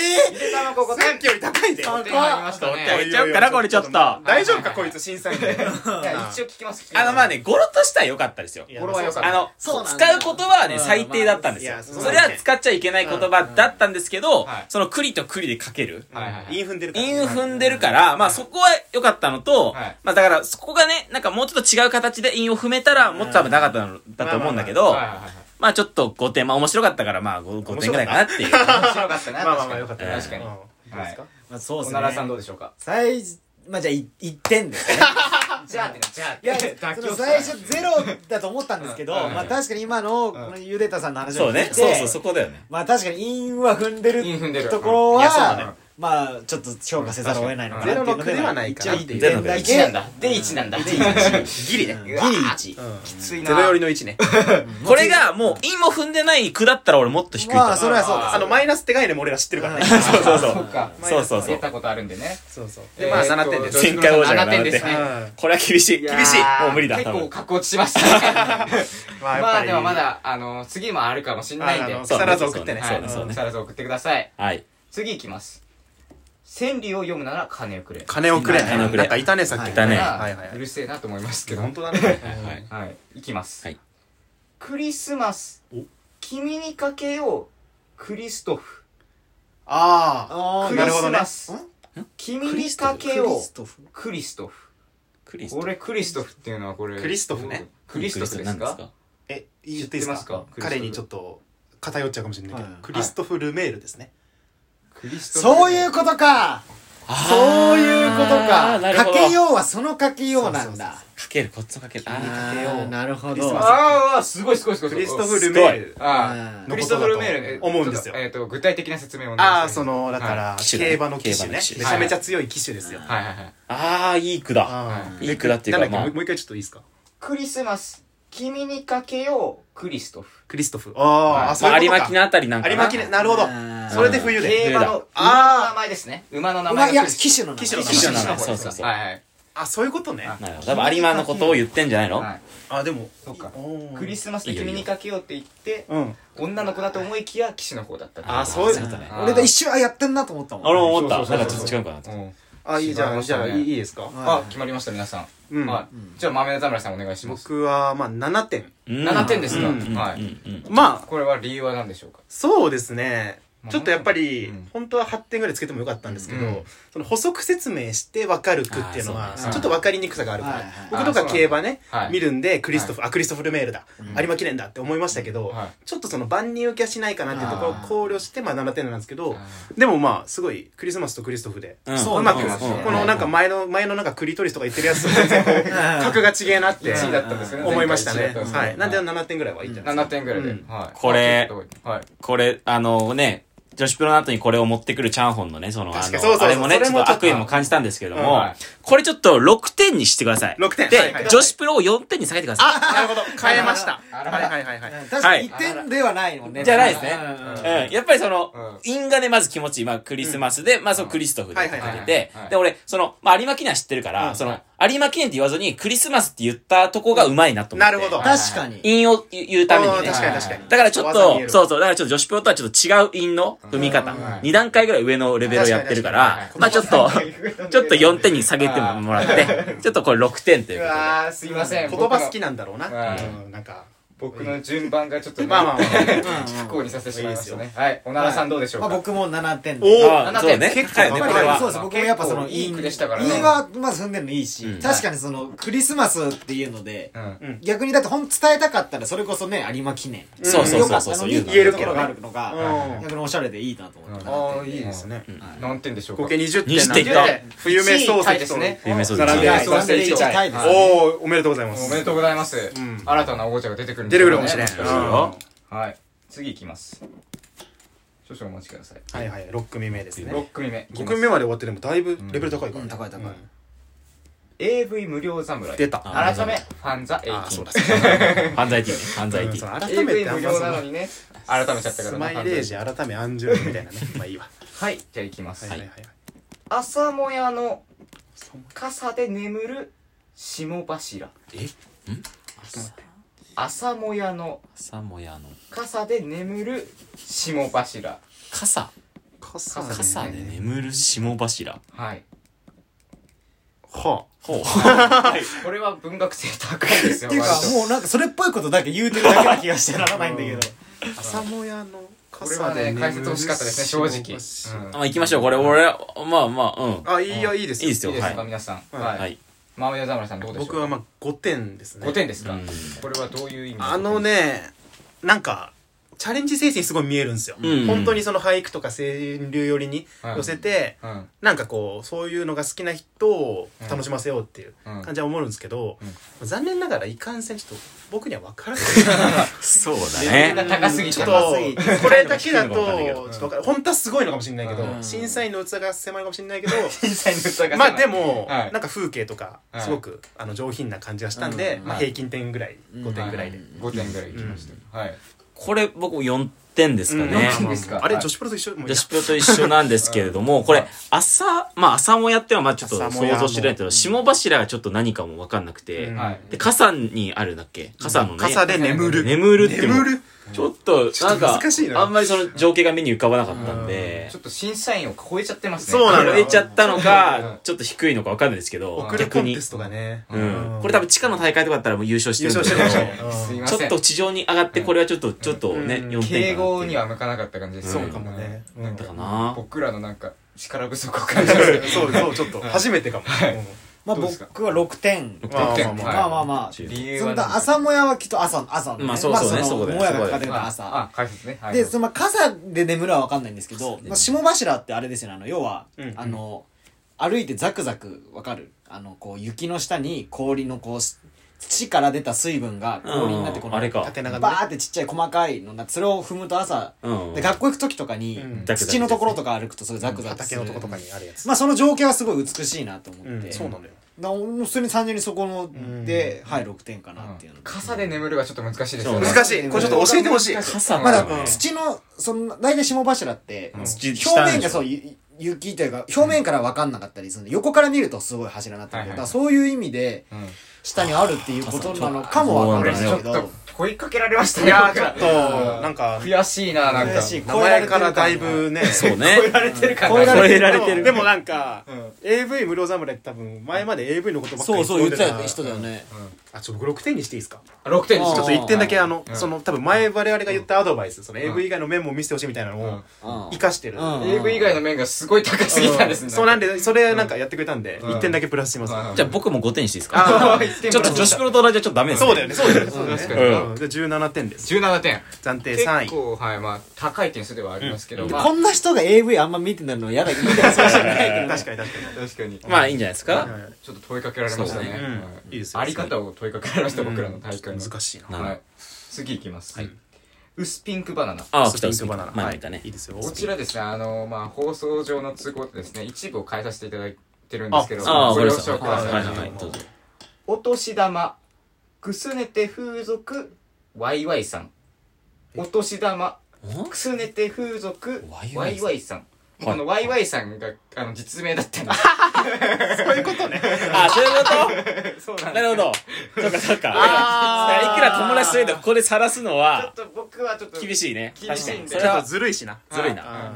[SPEAKER 1] 卵5
[SPEAKER 3] さっ
[SPEAKER 1] 点
[SPEAKER 3] きより高いで
[SPEAKER 4] 高い
[SPEAKER 1] 5点入りました
[SPEAKER 2] 5点あ
[SPEAKER 1] ね
[SPEAKER 2] げちゃおうかな、これちょっと。あ
[SPEAKER 3] 大丈夫かこいつ審査員で
[SPEAKER 1] いや一応聞きます
[SPEAKER 2] の、まあね、語呂としては良かったですよ。
[SPEAKER 1] これは良かった
[SPEAKER 2] あの、
[SPEAKER 4] そう
[SPEAKER 2] 使
[SPEAKER 4] な
[SPEAKER 2] うん
[SPEAKER 4] だ
[SPEAKER 2] 言葉はね、
[SPEAKER 4] うん
[SPEAKER 2] 最低だったんですよ
[SPEAKER 3] ま。あいやそう
[SPEAKER 2] それは使っちゃいけない言葉だったんですけど、
[SPEAKER 1] んはい
[SPEAKER 2] その栗と栗でかける。
[SPEAKER 1] はいはいはい
[SPEAKER 3] 韻踏んでるから
[SPEAKER 2] 韻踏んでるから、まあそこは良かったのと、
[SPEAKER 1] はい
[SPEAKER 2] まあだからそこがね、なんかもうちょっと違う形で韻を踏めたら、もっと多分なかったのだと思うんだけど、
[SPEAKER 1] はいはいはい
[SPEAKER 2] まあちょっと5点、まあ面白かったから、まあ 5, 点ぐらいかな ってい
[SPEAKER 1] 面
[SPEAKER 2] う。
[SPEAKER 1] 白かったな
[SPEAKER 3] まあまあまあよかった
[SPEAKER 1] 確かに
[SPEAKER 3] うん
[SPEAKER 1] 確
[SPEAKER 3] どうですか
[SPEAKER 4] まあそうで
[SPEAKER 1] お
[SPEAKER 4] す
[SPEAKER 1] な
[SPEAKER 4] ね
[SPEAKER 1] らさんどうでしょうか
[SPEAKER 4] 最まあじゃあい一点ですね
[SPEAKER 1] じゃあってなじゃあっ
[SPEAKER 4] いや、
[SPEAKER 1] て 妥
[SPEAKER 4] そ
[SPEAKER 1] 協
[SPEAKER 4] の
[SPEAKER 1] した
[SPEAKER 4] 最初ゼロだと思ったんですけど、
[SPEAKER 1] うんうん
[SPEAKER 4] まあ確かに今の、このゆでたさんの話
[SPEAKER 2] そ
[SPEAKER 4] を
[SPEAKER 2] う
[SPEAKER 4] 聞い
[SPEAKER 2] ね
[SPEAKER 4] て、。
[SPEAKER 2] そうそう、そこだよね。
[SPEAKER 4] まあ確かに陰は踏んでる
[SPEAKER 1] 陰踏んでる
[SPEAKER 4] ところ
[SPEAKER 1] うんいやそうだ
[SPEAKER 4] は
[SPEAKER 1] ね、
[SPEAKER 4] まあちょっと評価せざるを得ないのかな
[SPEAKER 3] ゼ
[SPEAKER 4] ってい
[SPEAKER 3] ロ
[SPEAKER 4] うの
[SPEAKER 3] の
[SPEAKER 4] で、
[SPEAKER 3] 句ではないかなっていう
[SPEAKER 4] 一応一点だけ
[SPEAKER 1] 1なんだで1なんだ
[SPEAKER 3] ギリね
[SPEAKER 4] うん
[SPEAKER 1] ギ
[SPEAKER 4] ギ
[SPEAKER 1] リ
[SPEAKER 4] リ
[SPEAKER 1] 1
[SPEAKER 3] うん
[SPEAKER 1] きついな
[SPEAKER 3] ゼロ寄りの1ね
[SPEAKER 2] これがもう韻も踏んでない句だったら俺もっと低いと思う。
[SPEAKER 4] まあそれはそうです
[SPEAKER 3] あのマイナスって概念も俺ら知ってるからね
[SPEAKER 2] そうそうそう
[SPEAKER 1] あそうか
[SPEAKER 2] そうそうそ
[SPEAKER 1] 出
[SPEAKER 2] う。
[SPEAKER 1] たことある んでね
[SPEAKER 3] そうそう
[SPEAKER 1] え
[SPEAKER 3] で
[SPEAKER 1] ー
[SPEAKER 3] まあ7点で
[SPEAKER 1] と
[SPEAKER 3] す
[SPEAKER 2] 前回王者が
[SPEAKER 1] 7点です
[SPEAKER 2] 7
[SPEAKER 1] ね
[SPEAKER 3] うん
[SPEAKER 2] これは厳しい。
[SPEAKER 1] いやー
[SPEAKER 2] 厳しい。もう無理だ、
[SPEAKER 1] 結
[SPEAKER 2] 多
[SPEAKER 1] 構
[SPEAKER 2] 分。
[SPEAKER 1] 格落ちしましたね
[SPEAKER 3] まあやっ
[SPEAKER 1] ま
[SPEAKER 3] ぱ
[SPEAKER 1] あ
[SPEAKER 3] り
[SPEAKER 1] でもまだあの次もあるかもしんないんで
[SPEAKER 3] ああの
[SPEAKER 2] そう
[SPEAKER 3] 木更津送ってね
[SPEAKER 2] そうね、そうね。
[SPEAKER 1] さらず送ってください
[SPEAKER 2] はい。
[SPEAKER 1] 次いきます千里を読むなら金をくれ
[SPEAKER 3] 金をくれ
[SPEAKER 2] 金をくれ
[SPEAKER 3] なんかいたねさっき
[SPEAKER 4] い
[SPEAKER 2] たね
[SPEAKER 1] まあ
[SPEAKER 3] はいはいう
[SPEAKER 1] るせえなと思いますけど
[SPEAKER 3] 本当だね
[SPEAKER 2] はい。
[SPEAKER 1] はいいきます
[SPEAKER 2] はい
[SPEAKER 1] クリスマス君にかけようクリストフ
[SPEAKER 3] あ
[SPEAKER 4] あ
[SPEAKER 1] ク
[SPEAKER 4] ー
[SPEAKER 1] リ
[SPEAKER 3] なるほ
[SPEAKER 1] ス
[SPEAKER 3] どね
[SPEAKER 1] マス君にかけ
[SPEAKER 4] ク
[SPEAKER 1] よ
[SPEAKER 4] リス
[SPEAKER 1] う
[SPEAKER 4] トフ
[SPEAKER 1] クリストフ
[SPEAKER 2] クリス
[SPEAKER 1] 俺クリストフっていうのはこれ
[SPEAKER 3] クリストフね
[SPEAKER 1] クリストフですか
[SPEAKER 3] あえ言っていいで
[SPEAKER 1] 知って
[SPEAKER 3] す
[SPEAKER 1] ま
[SPEAKER 3] か
[SPEAKER 1] すか
[SPEAKER 3] 彼にちょっと偏っちゃうかもしれないけど
[SPEAKER 4] はい
[SPEAKER 3] クリストフ・ルメールですね
[SPEAKER 1] クリストフ
[SPEAKER 4] そういうことかそういうことか
[SPEAKER 2] なる
[SPEAKER 4] か
[SPEAKER 2] ほど。
[SPEAKER 4] けようはそのかけようなんだ
[SPEAKER 2] かける、こっちもかける。あー
[SPEAKER 4] あ
[SPEAKER 3] けよう
[SPEAKER 4] ーなるほ
[SPEAKER 3] クリスマ
[SPEAKER 4] ど
[SPEAKER 3] ス
[SPEAKER 1] ああすごいすごいすごい
[SPEAKER 3] クリストフ・
[SPEAKER 1] ル
[SPEAKER 3] ルメール
[SPEAKER 1] ああ
[SPEAKER 4] のことだと
[SPEAKER 1] クリストフルメールね
[SPEAKER 3] 思うんですよ
[SPEAKER 1] ちょっとえっと具体的な説明をお願いします
[SPEAKER 3] ああそのだから
[SPEAKER 2] い騎手ね
[SPEAKER 3] 競馬の騎手
[SPEAKER 2] 競馬
[SPEAKER 3] ね
[SPEAKER 2] の騎手
[SPEAKER 3] めちゃめちゃ強い騎手ですよ
[SPEAKER 1] はいはいはい
[SPEAKER 2] あー、いい句だ。
[SPEAKER 3] あー
[SPEAKER 2] いい句だっていう
[SPEAKER 3] な
[SPEAKER 2] か、
[SPEAKER 3] んだっ
[SPEAKER 2] ま
[SPEAKER 3] け
[SPEAKER 2] あ
[SPEAKER 3] もう。もう一回ちょっといいですか
[SPEAKER 1] クリスマス君にかけようクリストフ
[SPEAKER 3] クリストフあ
[SPEAKER 1] はい
[SPEAKER 3] ーあそう
[SPEAKER 2] ま
[SPEAKER 3] い
[SPEAKER 2] あ、
[SPEAKER 3] う
[SPEAKER 2] 有
[SPEAKER 3] こと
[SPEAKER 2] 馬
[SPEAKER 3] か
[SPEAKER 2] 記のあたりなんかな。
[SPEAKER 3] 有馬記念なるほど
[SPEAKER 4] うん
[SPEAKER 3] それで冬で
[SPEAKER 1] 競馬の馬の
[SPEAKER 3] あー
[SPEAKER 1] 名前ですね馬の名
[SPEAKER 4] まあ
[SPEAKER 1] 前
[SPEAKER 4] いや騎手の名前
[SPEAKER 3] 騎手の名
[SPEAKER 2] 騎手
[SPEAKER 3] 前
[SPEAKER 2] の名
[SPEAKER 1] 方
[SPEAKER 2] 前
[SPEAKER 1] です
[SPEAKER 2] そうそうそう
[SPEAKER 1] はいはい
[SPEAKER 3] あそういうことね
[SPEAKER 1] あ
[SPEAKER 2] なるほど。多分有馬のことを言ってんじゃないの
[SPEAKER 1] はい
[SPEAKER 3] あでも
[SPEAKER 1] そうか
[SPEAKER 3] おー
[SPEAKER 1] クリスマスで君にかけようって言って
[SPEAKER 3] うん
[SPEAKER 1] 女の子だと思いきや騎手の方だった
[SPEAKER 3] あーそういうことね
[SPEAKER 1] あー
[SPEAKER 4] 俺で一瞬あやってんなと思ったも
[SPEAKER 2] 俺
[SPEAKER 4] ん
[SPEAKER 2] も思った。
[SPEAKER 1] そ
[SPEAKER 2] な
[SPEAKER 1] うんそうそうそう
[SPEAKER 2] かちょっと違うかなと。
[SPEAKER 1] うん
[SPEAKER 3] あいいじゃあじゃあいいいいですか
[SPEAKER 1] あ決まりました皆さん
[SPEAKER 3] うん
[SPEAKER 1] はいじゃあ豆田侍さんお願いします
[SPEAKER 3] 僕はまあ7点
[SPEAKER 1] 7点ですか
[SPEAKER 3] うん
[SPEAKER 1] はい
[SPEAKER 2] うん
[SPEAKER 3] まあ
[SPEAKER 1] これは理由は何でしょうか
[SPEAKER 3] そうですね
[SPEAKER 1] まあ
[SPEAKER 3] ちょっとやっぱり、
[SPEAKER 1] うん
[SPEAKER 3] 本当は8点ぐらいつけてもよかったんですけど、
[SPEAKER 1] うん
[SPEAKER 3] その補足説明して分かる句っていうのは
[SPEAKER 2] あー
[SPEAKER 1] そうね
[SPEAKER 3] ちょっと分かりにくさがあるから、
[SPEAKER 4] はいはい
[SPEAKER 3] 僕と
[SPEAKER 1] あーそう
[SPEAKER 3] か
[SPEAKER 1] なんだ
[SPEAKER 3] 競馬ね、
[SPEAKER 1] はい
[SPEAKER 3] 見るんでクリストフ、あクリストフ・ルメールだ、有馬記念だって思いましたけど、
[SPEAKER 1] はい
[SPEAKER 3] ちょっとその万人受けはしないかなっていうところを
[SPEAKER 4] あー
[SPEAKER 3] 考慮してまあ7点なんですけど
[SPEAKER 1] あ
[SPEAKER 3] でもまあすごいクリスマスとクリストフで。
[SPEAKER 2] ん
[SPEAKER 4] そうう
[SPEAKER 3] ま
[SPEAKER 4] ね
[SPEAKER 3] く、
[SPEAKER 1] うんうん
[SPEAKER 3] このなんか前の、前のなんかクリトリスとか言ってるやつと全然こう格が違えなって
[SPEAKER 1] 1位だったんですよね
[SPEAKER 3] 思いました
[SPEAKER 1] 前回
[SPEAKER 3] ね。
[SPEAKER 1] 一位だったんですよ
[SPEAKER 3] はい。なんで7点ぐらいはいいんじゃないですか。
[SPEAKER 1] 7点ぐらいで
[SPEAKER 3] うん
[SPEAKER 1] はい
[SPEAKER 2] これ
[SPEAKER 1] あちょっと多いはい
[SPEAKER 2] これ、あのね、女子プロの後にこれを持ってくるチャンホンのね、その、あ
[SPEAKER 3] 確かにそうそ
[SPEAKER 2] の、
[SPEAKER 3] うそう
[SPEAKER 2] あれもね、ち
[SPEAKER 3] そ
[SPEAKER 2] ょ
[SPEAKER 3] れ
[SPEAKER 2] っ
[SPEAKER 3] も
[SPEAKER 2] と
[SPEAKER 3] ちょっと
[SPEAKER 2] 悪意も感じたんですけど
[SPEAKER 3] うん
[SPEAKER 2] も
[SPEAKER 1] はい、
[SPEAKER 2] これちょっと6点にしてください。
[SPEAKER 3] 6点はいは
[SPEAKER 2] で
[SPEAKER 3] い、
[SPEAKER 2] 女子プロを4点に下げてください。
[SPEAKER 3] な るほど。変えました。
[SPEAKER 1] あ
[SPEAKER 3] は
[SPEAKER 1] ら
[SPEAKER 3] い
[SPEAKER 1] ら
[SPEAKER 3] はいはいはい。
[SPEAKER 4] 確かに一点ではないもんね
[SPEAKER 2] じゃないですね
[SPEAKER 4] うんうん
[SPEAKER 2] うん、やっぱりその
[SPEAKER 1] うん、
[SPEAKER 2] 因果でまず気持ちいい。まあ、クリスマスで、まあ、そう、クリストフでか
[SPEAKER 3] はいはい
[SPEAKER 2] け
[SPEAKER 1] はい
[SPEAKER 2] て
[SPEAKER 1] はい、
[SPEAKER 2] で、俺、その、まあ、有馬記念は知ってるか
[SPEAKER 3] う
[SPEAKER 2] ら、
[SPEAKER 3] ん
[SPEAKER 2] その、有馬記念って言わずに、クリスマスって言ったとこがうまいなと思っ
[SPEAKER 3] な
[SPEAKER 2] て。
[SPEAKER 3] るほど。
[SPEAKER 1] はい
[SPEAKER 4] 確かに
[SPEAKER 2] 因を言う言うために
[SPEAKER 3] あー
[SPEAKER 2] ね。
[SPEAKER 3] 確かに確かに。
[SPEAKER 2] だからちょっ
[SPEAKER 3] 技見え
[SPEAKER 2] と、
[SPEAKER 3] る
[SPEAKER 2] そうそう、だからちょっと女子プロとはちょっと違う韻の踏み方
[SPEAKER 1] うんうんうん。
[SPEAKER 2] 二段階ぐらい上のレベルをやってるから、まあちょっと、ちょっと4点に下げてもらって、ちょっとこれ6点といううことで。
[SPEAKER 1] わーすいません
[SPEAKER 3] 言葉好きなんだろうな。
[SPEAKER 1] うん
[SPEAKER 3] うんなんか。
[SPEAKER 1] 僕の順番がちょっとね
[SPEAKER 3] まあまあまあ。
[SPEAKER 1] 不幸にさせてしまいましたねはいおならさんどうでしょう
[SPEAKER 4] まあ
[SPEAKER 1] か
[SPEAKER 4] 僕も7点
[SPEAKER 3] お
[SPEAKER 4] で
[SPEAKER 3] ー
[SPEAKER 2] あーそうね。
[SPEAKER 3] 結構
[SPEAKER 2] 高いよね、
[SPEAKER 3] 高い
[SPEAKER 2] これは
[SPEAKER 4] そう。です僕もやっぱその
[SPEAKER 1] 結構いい句でしたからね
[SPEAKER 4] ねはまず踏んでるのいいし、
[SPEAKER 2] うん
[SPEAKER 4] 確かにそのクリスマスっていうので、
[SPEAKER 1] うん
[SPEAKER 4] 逆にだってほんと伝えたかったらそれこそね有馬記念
[SPEAKER 2] そうそうそうそうそ
[SPEAKER 4] 良
[SPEAKER 2] う
[SPEAKER 4] かったのに
[SPEAKER 2] 言え
[SPEAKER 3] るけどね
[SPEAKER 4] ところがあるのが、
[SPEAKER 3] うん
[SPEAKER 4] 逆におしゃれでいいなと思って、
[SPEAKER 1] うん
[SPEAKER 3] ああ、いいですね。
[SPEAKER 1] 何点でしょうか
[SPEAKER 3] 合計20点
[SPEAKER 2] 20点い
[SPEAKER 3] なん
[SPEAKER 2] っ
[SPEAKER 3] で冬目漱
[SPEAKER 1] タイ
[SPEAKER 3] 石
[SPEAKER 1] で
[SPEAKER 3] と
[SPEAKER 1] すね
[SPEAKER 2] 夢そう
[SPEAKER 3] 並ん
[SPEAKER 2] で
[SPEAKER 3] で
[SPEAKER 2] す。
[SPEAKER 1] はい
[SPEAKER 3] そう
[SPEAKER 1] 並んで一位
[SPEAKER 4] タイです
[SPEAKER 3] おおおめでとうございま
[SPEAKER 1] おめですとうございます
[SPEAKER 3] ん
[SPEAKER 1] 新たな王者が出てくるるんで
[SPEAKER 3] 出て
[SPEAKER 1] す
[SPEAKER 3] く
[SPEAKER 1] よね
[SPEAKER 3] るかもしれん。
[SPEAKER 2] そう
[SPEAKER 3] うんは
[SPEAKER 2] よ
[SPEAKER 1] はい次いきます少々お待ちください
[SPEAKER 3] いはい、6組目ですね。
[SPEAKER 1] 6組目
[SPEAKER 3] 5組目まで終わってでもだいぶレベル高いからね。
[SPEAKER 4] 高い高い
[SPEAKER 3] うん
[SPEAKER 1] AV 無料侍
[SPEAKER 3] 出た。
[SPEAKER 1] 改めファンザエイ
[SPEAKER 3] あ、
[SPEAKER 1] テ
[SPEAKER 3] そう
[SPEAKER 1] ィ
[SPEAKER 3] だ。
[SPEAKER 2] 犯罪 TV、犯罪
[SPEAKER 3] うん
[SPEAKER 2] TV
[SPEAKER 3] そ。の改め
[SPEAKER 1] AV
[SPEAKER 3] てあ
[SPEAKER 1] 無
[SPEAKER 3] んま
[SPEAKER 1] 料
[SPEAKER 3] そ
[SPEAKER 1] な
[SPEAKER 3] の
[SPEAKER 1] のにね改めちゃったから
[SPEAKER 3] ス
[SPEAKER 1] な
[SPEAKER 3] マイレージ改めアンジュルムみたいなね。まあいいわ。
[SPEAKER 1] はいじゃあいきます、
[SPEAKER 3] はいはいはい。
[SPEAKER 1] 朝もやの傘で眠る霜柱
[SPEAKER 3] え
[SPEAKER 1] 朝もやの
[SPEAKER 2] 朝もやの。
[SPEAKER 1] 傘で眠る霜柱
[SPEAKER 2] 傘。
[SPEAKER 3] 傘ね
[SPEAKER 2] 傘で眠る霜柱。
[SPEAKER 1] はい
[SPEAKER 3] は
[SPEAKER 2] ほう。
[SPEAKER 1] これは文学性高いですよ
[SPEAKER 4] っていうか
[SPEAKER 1] 割と
[SPEAKER 4] もうなんかそれっぽいことだけ言うてるだけな気がしてならないんだけど
[SPEAKER 3] あ。朝もやの
[SPEAKER 1] これはね解説欲しかったですね正直、うん
[SPEAKER 2] まあ行きましょう。これ俺、まあまあ、うん。
[SPEAKER 3] あ、いいよ、いいですよ。
[SPEAKER 2] いいです
[SPEAKER 1] いい
[SPEAKER 2] よ。
[SPEAKER 1] です
[SPEAKER 2] は
[SPEAKER 1] か、
[SPEAKER 2] い。
[SPEAKER 1] 皆さん、
[SPEAKER 3] は
[SPEAKER 1] はい
[SPEAKER 2] はい。
[SPEAKER 1] マムヤ侍さんどうでしょう
[SPEAKER 3] 僕はまあ5点ですね。
[SPEAKER 1] 5点ですか、
[SPEAKER 2] うん
[SPEAKER 1] これはどういう意味
[SPEAKER 3] あのね、なんか、チャレンジ精神すごい見えるんですよ。
[SPEAKER 2] うん
[SPEAKER 3] 本当にその俳句とか川柳寄りに寄せて、
[SPEAKER 1] うんうん
[SPEAKER 3] なんかこう、そういうのが好きな人を楽しませようっていう
[SPEAKER 1] うん
[SPEAKER 3] 感じは思うんですけど、残念ながらいかんせんちょっと僕には分からない。
[SPEAKER 2] そうだ
[SPEAKER 1] レベル
[SPEAKER 2] ね。
[SPEAKER 1] が高すぎ
[SPEAKER 3] ち
[SPEAKER 1] て
[SPEAKER 3] ょっと
[SPEAKER 1] ます
[SPEAKER 4] すぎ、
[SPEAKER 3] これだけだと、ち
[SPEAKER 2] 低いのか分かんないけ
[SPEAKER 3] ょ
[SPEAKER 2] ど
[SPEAKER 3] っと分かん本当はすごいのかもしれないけ
[SPEAKER 1] う
[SPEAKER 3] ど、
[SPEAKER 1] ん
[SPEAKER 3] 審査員の器が狭いかもしれないけど、
[SPEAKER 1] 天才の歌が
[SPEAKER 3] まあでも、
[SPEAKER 1] はい
[SPEAKER 3] なんか風景とか、
[SPEAKER 1] はい
[SPEAKER 3] すごくあの上品な感じがしたんで、
[SPEAKER 1] うん
[SPEAKER 3] まあ、平均点ぐらい、5点ぐらいで。
[SPEAKER 1] 5点ぐらいいきました、はい
[SPEAKER 2] これ僕4点ですか
[SPEAKER 3] うん
[SPEAKER 2] ね。
[SPEAKER 1] いいですか
[SPEAKER 3] あれ、
[SPEAKER 1] はい
[SPEAKER 3] 女子プロと一緒もういい
[SPEAKER 2] 女
[SPEAKER 3] や
[SPEAKER 2] 子プロと一緒なんですけれども、これ、朝、まあ朝もやってはまあちょっと
[SPEAKER 3] 朝も
[SPEAKER 2] 想
[SPEAKER 3] や
[SPEAKER 2] 像
[SPEAKER 3] も
[SPEAKER 2] してないけど、霜柱がちょっと何かもわかんなくて、
[SPEAKER 3] うん
[SPEAKER 1] はい
[SPEAKER 2] で、傘にあるだっけ傘のね。
[SPEAKER 3] 傘で眠る。
[SPEAKER 2] 眠るっても
[SPEAKER 3] 眠る
[SPEAKER 2] ちょっと、なん
[SPEAKER 3] ちょっと
[SPEAKER 2] か
[SPEAKER 3] 難しい、な
[SPEAKER 2] あんまりその情景が目に浮かばなかったんで
[SPEAKER 1] ちょ、っと審査員を超えちゃってますね
[SPEAKER 3] そうなの
[SPEAKER 2] 震
[SPEAKER 3] よ
[SPEAKER 2] えちゃったの
[SPEAKER 1] うん
[SPEAKER 2] か、ちょっと低いのかわかんないですけど
[SPEAKER 3] 遅、れコ
[SPEAKER 2] 逆
[SPEAKER 3] ン
[SPEAKER 2] に
[SPEAKER 3] テ。ストがね。
[SPEAKER 2] うん。これ多分地下の大会とかだったらもう優勝して
[SPEAKER 3] 優
[SPEAKER 2] るんだ
[SPEAKER 3] 勝して
[SPEAKER 2] け
[SPEAKER 3] ました
[SPEAKER 2] ど、
[SPEAKER 3] ね。
[SPEAKER 1] すいま
[SPEAKER 2] ち
[SPEAKER 1] せ
[SPEAKER 2] ょ
[SPEAKER 1] ん
[SPEAKER 2] っと地上に上がって、これはちょっと、ちょっとね、
[SPEAKER 3] うん
[SPEAKER 2] 4点かな。
[SPEAKER 1] 敬語には向かなかった感じですね
[SPEAKER 2] そうか
[SPEAKER 3] もね
[SPEAKER 1] うんなん
[SPEAKER 2] だ
[SPEAKER 1] か
[SPEAKER 2] かな。
[SPEAKER 1] 僕らのなんか力不足を感じます
[SPEAKER 3] うんそうそう、ちょっと、初めてかも。
[SPEAKER 4] まあ
[SPEAKER 1] どうですか
[SPEAKER 4] 僕は6点
[SPEAKER 2] 六
[SPEAKER 3] まあ
[SPEAKER 1] 点
[SPEAKER 4] まあまあまあ
[SPEAKER 2] はい
[SPEAKER 1] 理由
[SPEAKER 4] そ
[SPEAKER 1] は
[SPEAKER 4] の
[SPEAKER 1] 何ですか
[SPEAKER 4] 朝もやはきっと朝の朝のね
[SPEAKER 2] まあそうそうね
[SPEAKER 4] まあ
[SPEAKER 2] そこだよ
[SPEAKER 4] もやがかかってるから
[SPEAKER 1] あ
[SPEAKER 4] 朝
[SPEAKER 1] あ解説ねはい
[SPEAKER 4] でそのまあ傘で眠るは分かんないんですけどまあ霜柱ってあれですよねあの要は
[SPEAKER 3] うん
[SPEAKER 4] あの歩いてザクザク分かるあのこう雪の下に氷のこう土から出た水分が氷になって
[SPEAKER 2] う
[SPEAKER 4] こ
[SPEAKER 2] ん
[SPEAKER 4] の
[SPEAKER 2] あれか。
[SPEAKER 3] 縦長
[SPEAKER 4] バ
[SPEAKER 3] で
[SPEAKER 4] ーってちっちゃい細かいのなそれを踏むと朝
[SPEAKER 2] うん
[SPEAKER 4] で学校行く時とかに
[SPEAKER 3] うん
[SPEAKER 4] 土のところとか歩くとそれザク
[SPEAKER 3] ね。
[SPEAKER 4] ザク
[SPEAKER 3] 畑
[SPEAKER 4] する
[SPEAKER 3] のとことかにあるやつ。
[SPEAKER 4] まあその情景はすごい美しいなと思
[SPEAKER 3] う
[SPEAKER 4] っ
[SPEAKER 3] ん
[SPEAKER 4] て
[SPEAKER 3] そうなのよ。
[SPEAKER 4] だから普通に単純にそこので、はい6点かなっていうの、
[SPEAKER 1] 傘で眠るがちょっと難しいですよね
[SPEAKER 2] そう
[SPEAKER 3] 難しい。これちょっと教えてほしい。
[SPEAKER 2] 傘
[SPEAKER 4] まだ
[SPEAKER 2] うん
[SPEAKER 4] 土のその大体霜柱って、
[SPEAKER 2] 土
[SPEAKER 4] 表面がそうゆ雪というか表面から分かんなかったりするんで横から見るとすごい柱になってるけど、
[SPEAKER 1] はいはい
[SPEAKER 4] だからそういう意味で
[SPEAKER 1] うん
[SPEAKER 4] 下にあるっていうことなのかも分かんない
[SPEAKER 1] ちょ
[SPEAKER 4] け
[SPEAKER 1] っ
[SPEAKER 4] ど、
[SPEAKER 1] と問いかけられましたね
[SPEAKER 3] いやー、
[SPEAKER 1] 僕
[SPEAKER 3] ちょ
[SPEAKER 1] ら
[SPEAKER 3] っと、なんか、
[SPEAKER 1] 悔しいななんか
[SPEAKER 4] 悔しい
[SPEAKER 3] 名前からだいぶね。
[SPEAKER 2] そうね
[SPEAKER 1] 超え。られてる感
[SPEAKER 4] 超えられてる
[SPEAKER 2] 超えられてる
[SPEAKER 3] でもなんか
[SPEAKER 1] ん、
[SPEAKER 3] AV 無料侍って多分、前まで AV のことばっか
[SPEAKER 4] そう
[SPEAKER 3] り
[SPEAKER 4] そう言って
[SPEAKER 3] か
[SPEAKER 4] た
[SPEAKER 3] ら
[SPEAKER 4] 人だよね、
[SPEAKER 3] あ、ちょ、僕6点にしていいですか
[SPEAKER 1] 6点です
[SPEAKER 4] あ
[SPEAKER 3] ちょ
[SPEAKER 4] ー
[SPEAKER 3] っと1点だけあの、
[SPEAKER 1] うん
[SPEAKER 3] その多分前我々が言ったアドバイス、その AV 以外の面も見せてほしいみたいなのを
[SPEAKER 4] うん
[SPEAKER 3] 活かしてる。
[SPEAKER 4] うん
[SPEAKER 1] AV 以外の面がすごい高すぎたんですね
[SPEAKER 3] そうなん
[SPEAKER 1] で
[SPEAKER 3] で、それなんかやってくれたんで、
[SPEAKER 1] ん
[SPEAKER 3] 1点だけプラスします。
[SPEAKER 1] うん
[SPEAKER 2] じゃあ僕も5点していいですか
[SPEAKER 1] あ
[SPEAKER 2] ちょっと女子プロと同じはちょっとダメですね。
[SPEAKER 3] そうだよね、そうだよね。そうだよね
[SPEAKER 1] 確かに
[SPEAKER 3] うんで、17点です。
[SPEAKER 1] 17点
[SPEAKER 3] 暫定
[SPEAKER 1] 結
[SPEAKER 3] 3位。
[SPEAKER 1] 構はいまあ高い点数ではありますけど
[SPEAKER 4] で
[SPEAKER 1] まあ
[SPEAKER 4] こんな人が AV あんま見てないの嫌だ嫌だそうじゃないけど
[SPEAKER 3] 確かに確か
[SPEAKER 1] 確かに
[SPEAKER 2] まあいいんじゃないですか
[SPEAKER 3] に。
[SPEAKER 1] ちょっと問いかけられましたね
[SPEAKER 2] そう
[SPEAKER 3] ねうん
[SPEAKER 1] はい
[SPEAKER 3] いいですよ
[SPEAKER 1] あり方を問いかけられました僕らの大
[SPEAKER 3] う
[SPEAKER 1] 会
[SPEAKER 3] ん
[SPEAKER 1] の
[SPEAKER 3] 難しいな。
[SPEAKER 2] な
[SPEAKER 1] はい次いきます薄ピンクバナナ
[SPEAKER 2] ああ、
[SPEAKER 3] ス
[SPEAKER 2] 来
[SPEAKER 3] ピ
[SPEAKER 2] た、
[SPEAKER 3] ン
[SPEAKER 2] 来た。
[SPEAKER 3] クバナナ。
[SPEAKER 2] 前にいたね
[SPEAKER 3] いい。ですよ。
[SPEAKER 1] こちらですね、あの、まあ、放送上の都合でですね、一部を変えさせていただいてるんですけど、
[SPEAKER 3] あ
[SPEAKER 2] ああ、わ
[SPEAKER 1] ご
[SPEAKER 2] かり
[SPEAKER 1] 了
[SPEAKER 2] ました。
[SPEAKER 1] 承くだ
[SPEAKER 2] はい
[SPEAKER 1] さ。
[SPEAKER 2] はいいはい、どうぞ。
[SPEAKER 1] お年玉、くすねて風俗、ワイワイさん。お年玉、くすねて風俗、
[SPEAKER 2] ワイ
[SPEAKER 1] ワ
[SPEAKER 2] ワイさん
[SPEAKER 1] イワイさん。
[SPEAKER 2] はい
[SPEAKER 1] このワイワイさんが、あの、実名だったんで
[SPEAKER 3] そういうことね。
[SPEAKER 2] あ、そういうこ
[SPEAKER 1] す。そうな
[SPEAKER 2] と
[SPEAKER 1] ん
[SPEAKER 2] な
[SPEAKER 1] です。
[SPEAKER 2] るほど。そうか、そうか。いやいくら友達といえど、ここで晒すのは、
[SPEAKER 1] ちょっと僕はちょっと、
[SPEAKER 2] 厳しいね。
[SPEAKER 1] 厳
[SPEAKER 2] 確
[SPEAKER 1] し
[SPEAKER 2] か
[SPEAKER 1] いん
[SPEAKER 2] に。
[SPEAKER 1] で
[SPEAKER 2] そ
[SPEAKER 3] ち
[SPEAKER 2] れ
[SPEAKER 3] ょっと
[SPEAKER 2] は、
[SPEAKER 3] ずるいしな。
[SPEAKER 2] ずるいうな。
[SPEAKER 3] ん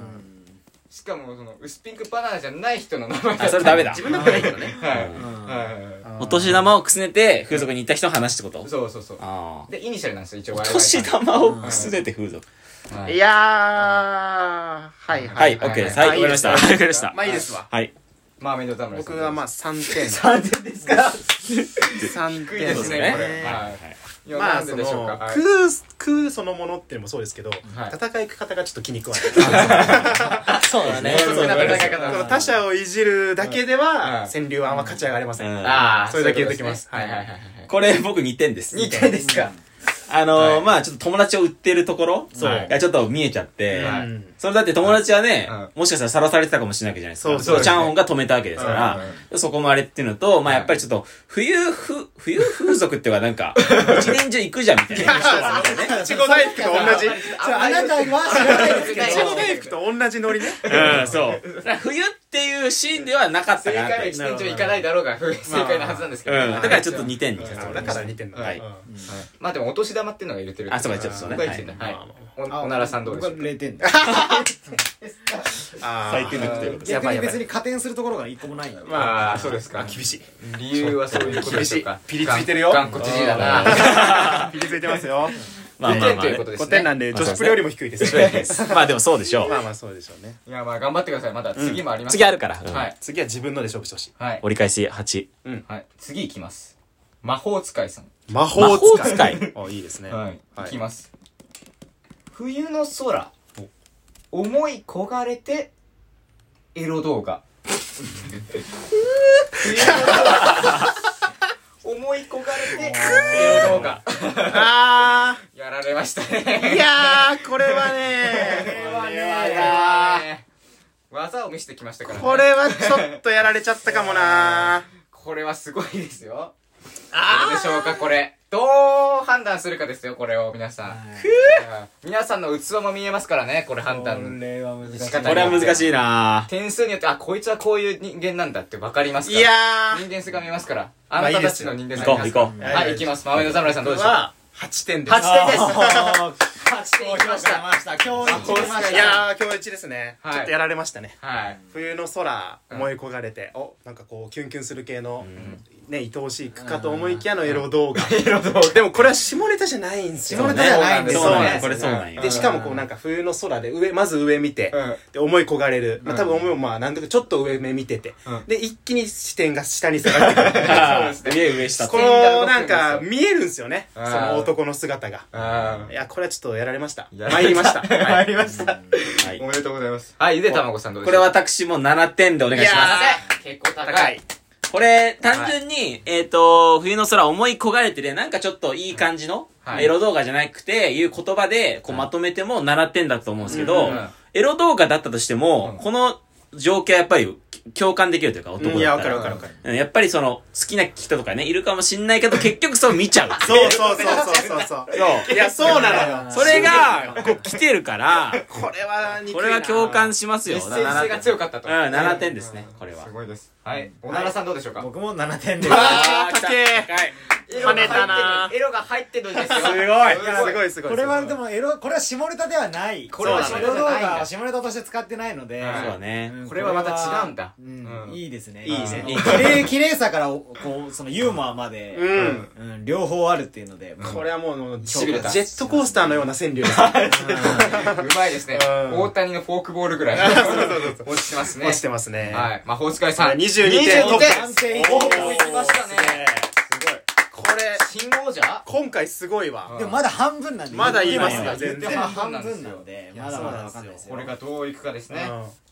[SPEAKER 1] しかも、その、薄ピンクバナナじゃない人の名前だ
[SPEAKER 2] あ、それダメだ。
[SPEAKER 3] 自分でもないけどね。
[SPEAKER 1] はい。
[SPEAKER 2] うん
[SPEAKER 1] はいはいは
[SPEAKER 2] お年玉をくすねて、風俗に行った人の話ってこと
[SPEAKER 1] い。そうそうそう。
[SPEAKER 2] ああ。
[SPEAKER 1] で、イニシャルなんですよ、一応。
[SPEAKER 2] お年玉をくすねて風俗。
[SPEAKER 1] はい
[SPEAKER 3] やー、はい
[SPEAKER 1] ん
[SPEAKER 2] は
[SPEAKER 3] はい
[SPEAKER 2] い、オ。ッケーです。はい、わかりました。わかりました
[SPEAKER 3] ま。あいいですわ。
[SPEAKER 2] はい。
[SPEAKER 1] マーメイド侍さん
[SPEAKER 3] 僕はまあ3点。
[SPEAKER 4] 残念ですか
[SPEAKER 3] 3
[SPEAKER 1] 低いで
[SPEAKER 3] 点
[SPEAKER 1] す
[SPEAKER 2] そう
[SPEAKER 1] ね、
[SPEAKER 2] ですね
[SPEAKER 1] これ。は
[SPEAKER 2] はい
[SPEAKER 1] い。いや
[SPEAKER 3] ま
[SPEAKER 1] な
[SPEAKER 3] あ
[SPEAKER 1] ん
[SPEAKER 3] そ
[SPEAKER 1] で
[SPEAKER 3] の
[SPEAKER 1] でしょうか。はい
[SPEAKER 3] 空空そのものっていうのもそうですけど、
[SPEAKER 1] はい
[SPEAKER 3] 戦い方がちょっと気に食わない
[SPEAKER 4] そうだね
[SPEAKER 1] そうだね
[SPEAKER 4] そうだね
[SPEAKER 1] 戦い方
[SPEAKER 3] その他者をいじるだけで
[SPEAKER 1] は
[SPEAKER 3] は、
[SPEAKER 1] い
[SPEAKER 3] 川柳はあんま勝ち上がれません、
[SPEAKER 2] うん
[SPEAKER 1] ああ、
[SPEAKER 3] それだけ言っときます
[SPEAKER 1] そういうことでねはいはいはいはい。
[SPEAKER 2] これ僕2点です。
[SPEAKER 1] 2点ですか。
[SPEAKER 2] あの
[SPEAKER 1] はい
[SPEAKER 2] まあちょっと友達を売ってるところ
[SPEAKER 1] そう
[SPEAKER 2] がちょっと見えちゃって、
[SPEAKER 1] はい
[SPEAKER 3] うん
[SPEAKER 2] それだって友達はね、
[SPEAKER 1] は
[SPEAKER 2] もしかしたらさらされてたかもしれないわけじゃないですか。
[SPEAKER 3] そう
[SPEAKER 1] そうですね
[SPEAKER 2] チャンホンが止めたわけですから、
[SPEAKER 1] うんうん
[SPEAKER 2] そこもあれっていうのと、まあやっぱりちょっと、冬ふ、冬風俗っていうかなん か、一年中行くじゃんみたいな。
[SPEAKER 3] いちご大福と同じい
[SPEAKER 4] じゃああなたは知らないですけど
[SPEAKER 1] い
[SPEAKER 3] ちご大福と同じノリね
[SPEAKER 2] うん、そう。だから冬っていうシーンではなかった
[SPEAKER 1] 正
[SPEAKER 2] かなっ
[SPEAKER 1] 解
[SPEAKER 2] て。
[SPEAKER 1] の一点上いかないだろうが、正解のはずなんですけ
[SPEAKER 2] う
[SPEAKER 1] ど。
[SPEAKER 2] ん、だからちょっと
[SPEAKER 1] はい
[SPEAKER 2] 2点にさせてもら
[SPEAKER 3] だ
[SPEAKER 2] いま
[SPEAKER 3] か
[SPEAKER 2] し
[SPEAKER 3] ら似てんだ
[SPEAKER 1] はい
[SPEAKER 3] うん
[SPEAKER 1] はいまあでも、お年玉っていうのが入れてる。
[SPEAKER 2] た。あ、そうか、ちょっとそうね。
[SPEAKER 1] 僕は
[SPEAKER 2] は
[SPEAKER 1] 生きてんだは
[SPEAKER 2] い
[SPEAKER 1] い
[SPEAKER 3] まあま。
[SPEAKER 1] おお ならさんどうでしょう
[SPEAKER 4] 僕は0点
[SPEAKER 3] あ
[SPEAKER 2] 最低
[SPEAKER 3] ー
[SPEAKER 2] なくということで。
[SPEAKER 1] や
[SPEAKER 4] 逆
[SPEAKER 1] ばいやば
[SPEAKER 4] に
[SPEAKER 1] い
[SPEAKER 4] 別に加点するところが一個もない
[SPEAKER 1] まあ、そうですか。
[SPEAKER 3] 厳しい
[SPEAKER 1] 理由はそういうことでしょうか。
[SPEAKER 3] 厳しいピリついてるよ
[SPEAKER 1] 頑固じじいだな。
[SPEAKER 3] ピリついてますよ
[SPEAKER 2] まあまあまあ
[SPEAKER 1] ということです
[SPEAKER 3] 5
[SPEAKER 1] ね。
[SPEAKER 3] 点なんで女子プレよりも低いですね
[SPEAKER 2] まあでもそうでしょ
[SPEAKER 3] ま
[SPEAKER 2] う。
[SPEAKER 3] あまあそうでしょうね
[SPEAKER 1] いや、まあ頑張ってください。まだ次もあります。
[SPEAKER 2] 次あるから。うん
[SPEAKER 1] はい。
[SPEAKER 3] 次は自分ので勝負してほしい
[SPEAKER 1] はい。
[SPEAKER 2] 折り返し8。
[SPEAKER 1] はい。次行きます。魔法使いさん。
[SPEAKER 3] 魔
[SPEAKER 2] 法使い
[SPEAKER 3] あいいですね
[SPEAKER 1] はい。
[SPEAKER 3] はい
[SPEAKER 1] いきます。冬の空。思い焦がれて、エロ動画。冬の空。思い焦がれて、エロ動画。
[SPEAKER 3] あ
[SPEAKER 1] やられました
[SPEAKER 3] ーい
[SPEAKER 1] ね。
[SPEAKER 3] やーこれは
[SPEAKER 1] これ
[SPEAKER 3] ね
[SPEAKER 1] はね、技を見せてきましたからね。
[SPEAKER 3] これはちょっとやられちゃったかもな
[SPEAKER 1] これはすごいですよ。どうでしょうか、これ。どう判断するかですよ、これを、皆さん。うん皆さんの器も見えますからね、これ判断の。
[SPEAKER 4] れは難
[SPEAKER 1] しい
[SPEAKER 2] これは難しいな
[SPEAKER 1] 点数によって、あ、こいつはこういう人間なんだって分かります
[SPEAKER 3] い
[SPEAKER 1] から。
[SPEAKER 3] や
[SPEAKER 1] 人間性が見えますから。あなたたちの人間性
[SPEAKER 2] 行こ
[SPEAKER 1] が
[SPEAKER 2] う
[SPEAKER 1] 見え
[SPEAKER 2] 行
[SPEAKER 1] ま
[SPEAKER 2] こ
[SPEAKER 1] すか
[SPEAKER 2] う。
[SPEAKER 1] ら。はい、行きます。豆の侍さん
[SPEAKER 3] ー
[SPEAKER 1] どうでしょう
[SPEAKER 3] は8点です
[SPEAKER 1] 8点です
[SPEAKER 4] 8
[SPEAKER 1] 点いきました
[SPEAKER 4] 今日一まし
[SPEAKER 3] い
[SPEAKER 4] た
[SPEAKER 3] やー今日一ですね
[SPEAKER 1] はい
[SPEAKER 3] ちょっとやられましたね
[SPEAKER 1] はい。
[SPEAKER 3] 冬の空思い焦がれておなんかこうキュンキュンする系のね愛おしい句かと思いきやのエロ動画でもこれは下ネタじゃないんですよ
[SPEAKER 1] 下ネタ
[SPEAKER 4] じゃないんです
[SPEAKER 3] よ
[SPEAKER 2] そうなんですこれそうなんよ
[SPEAKER 1] う
[SPEAKER 3] でしかもこうなんか冬の空で上まず上見て、
[SPEAKER 1] うん
[SPEAKER 3] で思い焦がれる、まあ、多分思いもまあなんとかちょっと上目見てて、
[SPEAKER 1] うん
[SPEAKER 3] で一気に視点が下に下がってく る
[SPEAKER 2] あー上上下
[SPEAKER 3] このなんか見えるんですよねそ
[SPEAKER 1] あー
[SPEAKER 3] の男の姿が
[SPEAKER 1] あ
[SPEAKER 3] いやこれはちょっとやられました
[SPEAKER 1] やら
[SPEAKER 3] 参
[SPEAKER 1] れ
[SPEAKER 3] り
[SPEAKER 1] ま
[SPEAKER 3] ま
[SPEAKER 1] し
[SPEAKER 3] したた、
[SPEAKER 1] 参りました
[SPEAKER 2] はい
[SPEAKER 1] おめでとうございます。はい、ゆでたまごさんどうで
[SPEAKER 2] こ
[SPEAKER 1] し
[SPEAKER 2] れ
[SPEAKER 1] ょう
[SPEAKER 2] 私も7点でお願いし
[SPEAKER 3] いや
[SPEAKER 2] ま
[SPEAKER 1] 結構
[SPEAKER 3] 高
[SPEAKER 1] 高い
[SPEAKER 3] い。
[SPEAKER 2] す。これ、単純に、えっと、冬の空思い焦がれてで、なんかちょっといい感じの
[SPEAKER 1] はい
[SPEAKER 2] エロ動画じゃなくて、いう言葉で、こうまとめても7点だと思うんですけ
[SPEAKER 1] う
[SPEAKER 2] ど
[SPEAKER 1] んうん、
[SPEAKER 2] エロ動画だったとして
[SPEAKER 1] うん
[SPEAKER 2] も、この情景はやっぱり共感できるというか、
[SPEAKER 3] うん
[SPEAKER 2] 男
[SPEAKER 3] い
[SPEAKER 2] だ
[SPEAKER 3] やわ
[SPEAKER 2] っ
[SPEAKER 3] か
[SPEAKER 2] たら
[SPEAKER 3] るわ。かるわかる
[SPEAKER 2] うんやっぱりその、好きな人とかね、いるかもしんないけど、結局そう見ちゃう。
[SPEAKER 3] そうそうそうそうそうそう
[SPEAKER 2] そう
[SPEAKER 3] いやそうなのよ
[SPEAKER 2] それが、こう来てるから、
[SPEAKER 3] これは
[SPEAKER 2] これは共感
[SPEAKER 3] し
[SPEAKER 2] しますよ。
[SPEAKER 1] 実践性が強かったと。
[SPEAKER 2] うん、7点ですね、これは
[SPEAKER 1] す。ごいです。はい、おならさんどうでしょうか
[SPEAKER 4] 僕も7 点です
[SPEAKER 2] あー来た
[SPEAKER 3] 高え
[SPEAKER 2] 高い
[SPEAKER 1] エロが入ってる
[SPEAKER 3] 跳ねたな
[SPEAKER 1] エロが入ってるんですよ。
[SPEAKER 3] いやすごいすごい
[SPEAKER 4] これはで
[SPEAKER 3] も
[SPEAKER 4] もエロこれは下ネタではない
[SPEAKER 1] これは
[SPEAKER 4] そ
[SPEAKER 1] 下
[SPEAKER 4] う
[SPEAKER 1] ネタ
[SPEAKER 4] エロ
[SPEAKER 1] じ
[SPEAKER 4] 動
[SPEAKER 1] ゃないんだ
[SPEAKER 4] 画は下ネタとして使ってないので
[SPEAKER 1] はい
[SPEAKER 2] そうだね。
[SPEAKER 4] ん
[SPEAKER 1] これはまた違うんだ
[SPEAKER 4] う
[SPEAKER 1] うん
[SPEAKER 4] んいいですね
[SPEAKER 3] いいね
[SPEAKER 4] その
[SPEAKER 3] いい
[SPEAKER 4] 綺麗 綺麗さからおこうそのユーモアまで
[SPEAKER 3] う
[SPEAKER 1] うんん
[SPEAKER 4] うん両方あるっていうので
[SPEAKER 3] これはもうもうジ
[SPEAKER 1] 痺れ
[SPEAKER 3] ェ
[SPEAKER 1] た
[SPEAKER 3] ットコースターのような川柳です
[SPEAKER 1] うまいですね。
[SPEAKER 3] うん
[SPEAKER 1] 大谷のフォークボールぐらい。落ちてますね。
[SPEAKER 3] 落ちてますね
[SPEAKER 1] はい。魔法使いさん。
[SPEAKER 3] 22点
[SPEAKER 1] 22
[SPEAKER 4] 安定いい
[SPEAKER 1] お
[SPEAKER 4] す
[SPEAKER 1] ー、
[SPEAKER 4] ごい
[SPEAKER 1] いきましたね。
[SPEAKER 3] これ
[SPEAKER 1] 新王者
[SPEAKER 3] 今回すごいわ
[SPEAKER 4] でもまだ半分なんで
[SPEAKER 3] まだ言いますよ
[SPEAKER 4] よ言って
[SPEAKER 3] 全然
[SPEAKER 4] も半分なので
[SPEAKER 3] いや
[SPEAKER 4] まだまだわかんないですよ
[SPEAKER 1] これがどういくかですね。